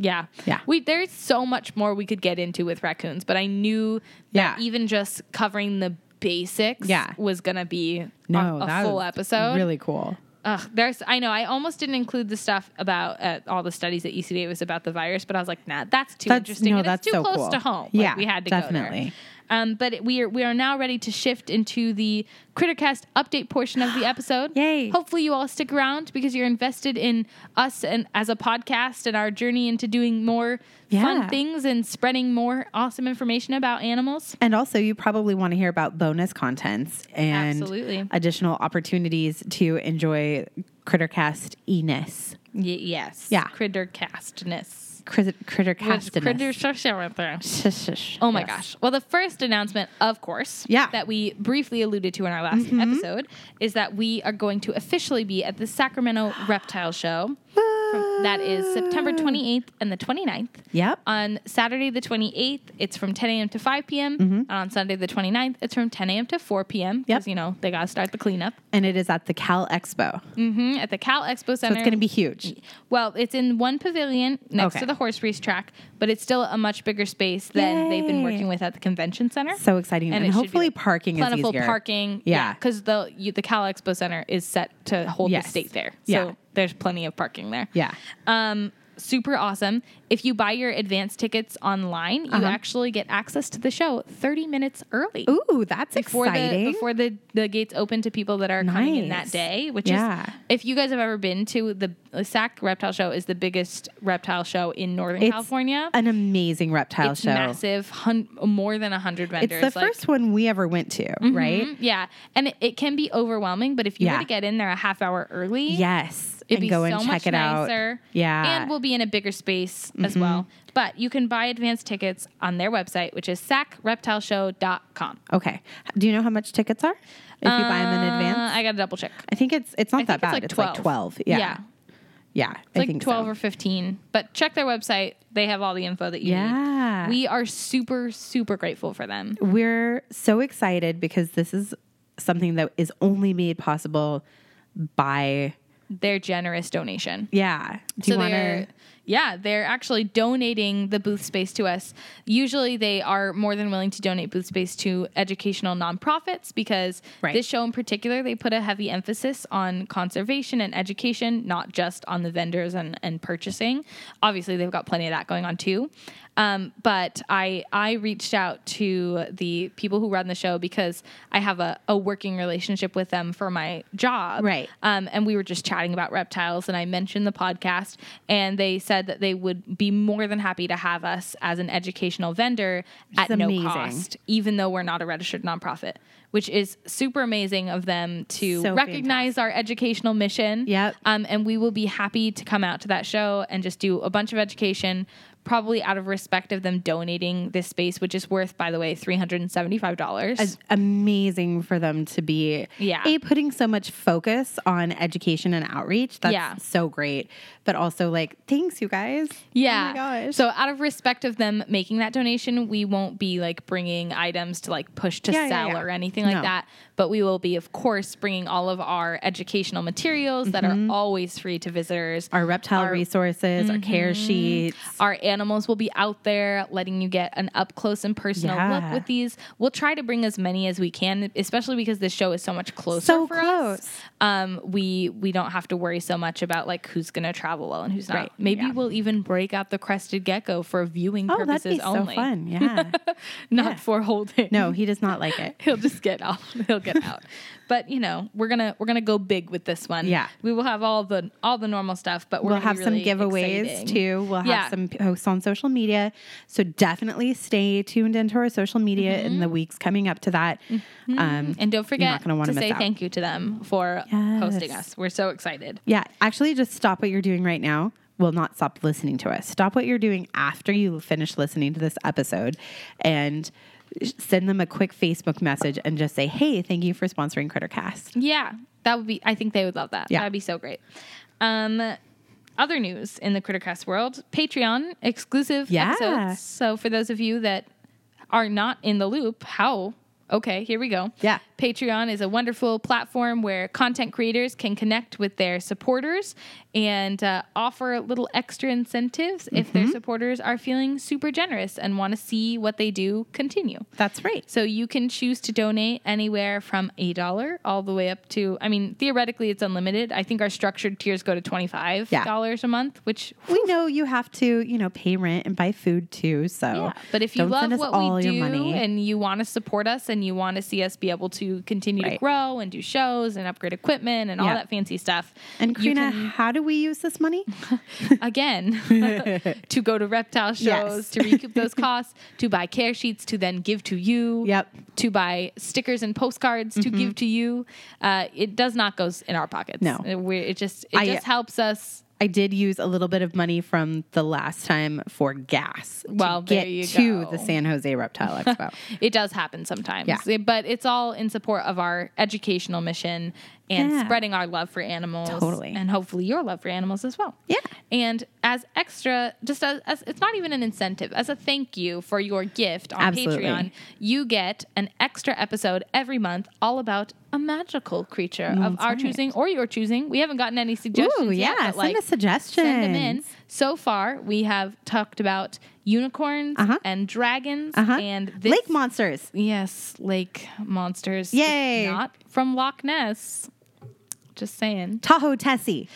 B: yeah,
A: Yeah.
B: We there's so much more we could get into with raccoons, but I knew that
A: Yeah.
B: even just covering the basics,
A: Yeah.
B: was gonna be a-
A: No,
B: a,
A: that
B: full
A: was
B: episode.
A: Really cool.
B: Ugh, there's I know I almost didn't include the stuff about uh, all the studies at UCD was about the virus, but I was like, nah, that's too
A: That's-
B: interesting.
A: no,
B: and
A: that's
B: it's
A: so
B: too close
A: cool.
B: to home. Like,
A: Yeah,
B: we had to
A: definitely.
B: Go there. Um, but it- we are we are now ready to shift into the Crittercast update portion of the episode.
A: Yay.
B: Hopefully, you all stick around because you're invested in us and as a podcast and our journey into doing more fun
A: Yeah.
B: things and spreading more awesome information about animals.
A: And also, you probably want to hear about bonus contents and
B: Absolutely.
A: additional opportunities to enjoy Crittercast Eness.
B: Y- yes.
A: Yeah.
B: Crittercastness.
A: Crit-
B: Which
A: Crittercast
B: Critter-
A: Crittercast.
B: Oh my gosh. Well, the first announcement, of course,
A: Yeah. Mm-hmm.
B: that we briefly alluded to in our last episode is that we are going to officially be at the Sacramento Reptile Show. From- that is September 28th and the 29th.
A: Yep.
B: On Saturday the 28th, it's from 10 a.m. to 5 p.m. And on Sunday the 29th, it's from 10 a.m. to 4 p.m. Because,
A: Mm-hmm. Yep.
B: you know, they got to start the cleanup
A: And it is at the Cal Expo.
B: hmm at the Cal Expo
A: So
B: Center.
A: it's going to be huge.
B: Well, it's in one pavilion next
A: Okay.
B: to the horse race track, but it's still a much bigger space than they've been
A: Yay.
B: working with at the convention center.
A: So exciting. And,
B: it should be,
A: hopefully,
B: like,
A: parking is
B: plentiful
A: easier.
B: parking.
A: Yeah.
B: because the you, the Cal Expo Center is set to hold
A: Yes.
B: the state fair, so
A: Yeah.
B: there's plenty of parking there.
A: Yeah.
B: Um, super awesome. If you buy your advance tickets online, you
A: Uh-huh.
B: actually get access to the show 30 minutes early.
A: Ooh, that's
B: Before
A: exciting.
B: the before the, the gates open to people that are coming in that
A: Nice.
B: day, which
A: Yeah.
B: is if you guys have ever been to the uh, SAC Reptile Show is the biggest reptile show in Northern
A: It's
B: California.
A: An amazing reptile
B: It's
A: show.
B: massive, hun- more than
A: It's
B: hundred vendors.
A: the
B: like-
A: first one we ever went to, right?
B: Mm, Yeah, and it, it can be overwhelming, but if you were
A: Yeah.
B: to get in there a half hour early,
A: Yes.
B: it'd
A: and
B: be
A: go
B: so
A: and check
B: much
A: it out.
B: nicer.
A: Yeah. Mm-hmm.
B: and we'll be in a bigger space as well. But you can buy advance tickets on their website, which is sacreptileshow.com.
A: okay. Do you know how much tickets are? If you buy them in advance?
B: Uh, I got to double check.
A: I think it's it's not
B: I
A: that
B: think
A: bad.
B: it's like 12.
A: Yeah.
B: Yeah.
A: Yeah. I
B: It's like
A: think
B: 12
A: so.
B: or 15. But check their website. They have all the info that you
A: Yeah.
B: need. We are super, super grateful for them.
A: We're so excited because this is something that is only made possible by
B: Their generous donation.
A: yeah. Do you
B: so
A: want
B: they're
A: to
B: yeah they're actually donating the booth space to us usually they are more than willing to donate booth space to educational nonprofits because
A: Right.
B: this show in particular they put a heavy emphasis on conservation and education not just on the vendors and, and purchasing obviously they've got plenty of that going on too um, but I I reached out to the people who run the show because I have a, a working relationship with them for my job
A: Right.
B: um, and we were just chatting about reptiles, and I mentioned the podcast, podcast, and they said that they would be more than happy to have us as an educational vendor at
A: amazing.
B: no cost, even though we're not a registered nonprofit, which is super amazing of them to
A: So
B: recognize our educational mission.
A: Yep.
B: Um, and we will be happy to come out to that show and just do a bunch of education, probably out of respect of them donating this space, which is worth, by the way, three hundred and seventy-five dollars.
A: It's amazing for them to be
B: Yeah.
A: a putting so much focus on education and outreach. That's
B: Yeah.
A: so great. But also like thanks you guys.
B: Yeah.
A: Oh my gosh.
B: So out of respect of them making that donation, we won't be like bringing items to like push to
A: Yeah, yeah,
B: sell
A: yeah.
B: or anything like
A: No.
B: that, but we will be of course bringing all of our educational materials that are always free to visitors.
A: Mm-hmm. our reptile resources, our care
B: Mm-hmm.
A: sheets.
B: Our animals will be out there letting you get an up close and personal
A: Yeah.
B: look with these. We'll try to bring as many as we can, especially because this show is so much closer
A: So
B: for
A: close.
B: us. Um, we we don't have to worry so much about like who's going to travel well and who's not.
A: Right,
B: Maybe
A: yeah.
B: we'll even break out the crested gecko for viewing
A: Oh, that'd
B: purposes
A: be
B: only,
A: so fun. Yeah.
B: not
A: Yeah.
B: for holding.
A: no, he does not like it.
B: He'll just get off. He'll get out. But you know, we're gonna we're gonna go big with this one.
A: Yeah.
B: we will have all the all the normal stuff. But we're
A: We'll
B: gonna
A: have
B: be
A: some
B: really
A: giveaways
B: exciting.
A: too. We'll have
B: Yeah.
A: some posts on social media. So definitely stay tuned into our social media in
B: Mm-hmm.
A: the weeks coming up to that. Um,
B: And don't
A: You're not
B: forget
A: gonna wanna
B: to
A: miss
B: say
A: out.
B: thank you to them for
A: Yes.
B: hosting us. We're so excited.
A: Yeah, actually, just stop what you're doing right now. Well, not stop listening to us. Stop what you're doing after you finish listening to this episode and send them a quick Facebook message and just say, hey, thank you for sponsoring Crittercast.
B: Yeah, that would be. I think they would love that.
A: Yeah.
B: that'd be so great. Um, other news in the Crittercast world: Patreon exclusive
A: Yeah.
B: episodes. So for those of you that are not in the loop, how? Okay, here we go.
A: Yeah.
B: Patreon is a wonderful platform where content creators can connect with their supporters and uh, offer little extra incentives if
A: Mm-hmm.
B: their supporters are feeling super generous and want to see what they do continue.
A: That's right.
B: So you can choose to donate anywhere from a dollar all the way up to. I mean, theoretically, it's unlimited. I think our structured tiers go to twenty five dollars a month, which.
A: We know you have to, you know, pay rent and buy food too. So,
B: Yeah. But if you
A: don't
B: love
A: send us
B: what
A: all
B: we
A: your
B: do
A: money.
B: and you want to support us and you want to see us be able to continue to
A: Right.
B: grow and do shows and upgrade equipment and all
A: Yeah.
B: that fancy stuff.
A: and
B: you
A: Karina, how do we use this money?
B: again to go to reptile shows
A: Yes.
B: to recoup those costs to buy care sheets to then give to you
A: Yep. Mm-hmm.
B: to buy stickers and postcards to give to you uh, it does not go in our pockets
A: No.
B: it, we it just it
A: I-
B: just helps us
A: I did use a little bit of money from the last time for gas
B: Well,
A: to
B: there
A: get
B: you
A: to
B: go.
A: the San Jose Reptile Expo.
B: it does happen sometimes
A: Yeah.
B: It- but it's all in support of our educational mission and
A: Yeah.
B: spreading our love for animals
A: Totally.
B: and hopefully your love for animals as well
A: Yeah.
B: and as extra just as, as it's not even an incentive as a thank you for your gift on
A: Absolutely.
B: patreon you get an extra episode every month all about a magical creature of
A: Mm, that's
B: our
A: right.
B: choosing or your choosing we haven't gotten any suggestions
A: Ooh,
B: yet,
A: yeah,
B: but, like,
A: send us suggestions.
B: send them in so far we have talked about unicorns
A: Uh-huh.
B: and dragons
A: Uh-huh.
B: and this
A: lake monsters.
B: Yes, lake monsters.
A: Yay.
B: Not from Loch Ness. Just saying.
A: Tahoe Tessie.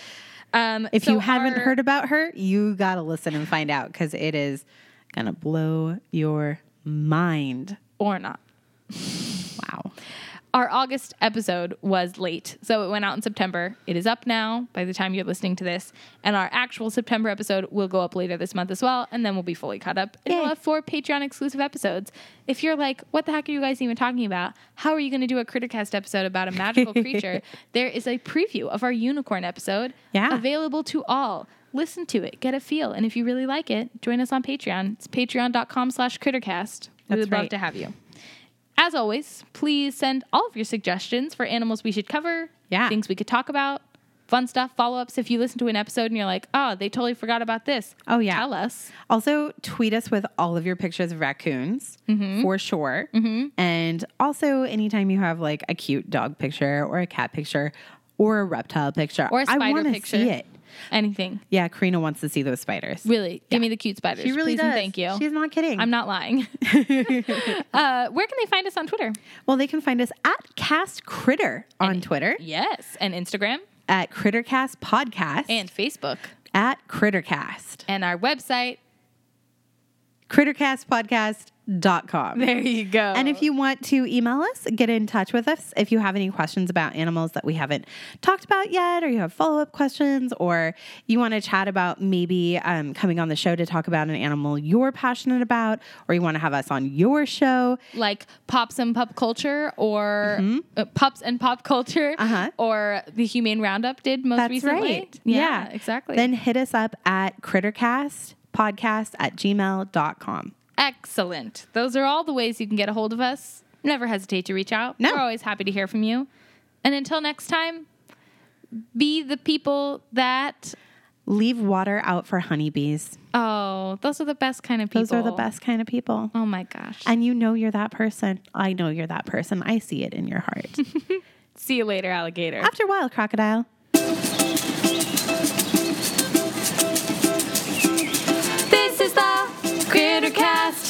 B: Um,
A: If
B: so
A: you haven't
B: our-
A: heard about her, you gotta listen and find out because it is gonna blow your mind.
B: or not.
A: Wow.
B: Our August episode was late, so it went out in September. It is up now by the time you're listening to this, and our actual September episode will go up later this month as well, and then we'll be fully caught up. And
A: Yay.
B: we'll have four Patreon exclusive episodes. If you're like, what the heck are you guys even talking about? How are you going to do a Crittercast episode about a magical creature? There is a preview of our unicorn episode
A: Yeah.
B: available to all. Listen to it, get a feel, and if you really like it, join us on Patreon. It's patreon.com slash crittercast. We
A: That's
B: would love
A: right.
B: to have you. As always, please send all of your suggestions for animals we should cover,
A: Yeah.
B: things we could talk about, fun stuff, follow ups. If you listen to an episode and you're like, oh, they totally forgot about this,
A: Oh, yeah.
B: tell us.
A: Also, tweet us with all of your pictures of raccoons
B: Mm-hmm.
A: for sure. And also, anytime you have like a cute dog picture or a cat picture or a reptile picture
B: Or a
A: I
B: spider
A: wanna
B: picture.
A: see it.
B: Anything.
A: Yeah, Karina wants to see those spiders.
B: Really, give me the cute spiders.
A: She really
B: please
A: does.
B: And thank you.
A: She's not kidding.
B: I'm not lying. uh, where can they find us on Twitter?
A: well, they can find us at Cast Critter on Twitter,
B: Yes. And Instagram
A: at Crittercast Podcast,
B: and Facebook
A: at Crittercast.
B: and our website.
A: Crittercast Podcast gmail.com.
B: There you go.
A: And if you want to email us, get in touch with us. If you have any questions about animals that we haven't talked about yet, or you have follow up questions, or you want to chat about maybe um, coming on the show to talk about an animal you're passionate about, or you want to have us on your show,
B: like pops and pop culture or uh, pops and pop culture
A: Uh-huh.
B: or the humane roundup did most
A: That's
B: recently
A: right.
B: Yeah,
A: Yeah.
B: exactly
A: then hit us up at crittercastpodcast at gmail.com.
B: excellent those are all the ways you can get a hold of us never hesitate to reach out
A: No.
B: we're always happy to hear from you and until next time be the people that
A: Leave water out for honeybees.
B: oh those are the best kind of people
A: Those are the best kind of people.
B: oh my gosh
A: And you know you're that person. I know you're that person. I see it in your heart.
B: see you later alligator
A: After a while, crocodile.
B: this is the crittercast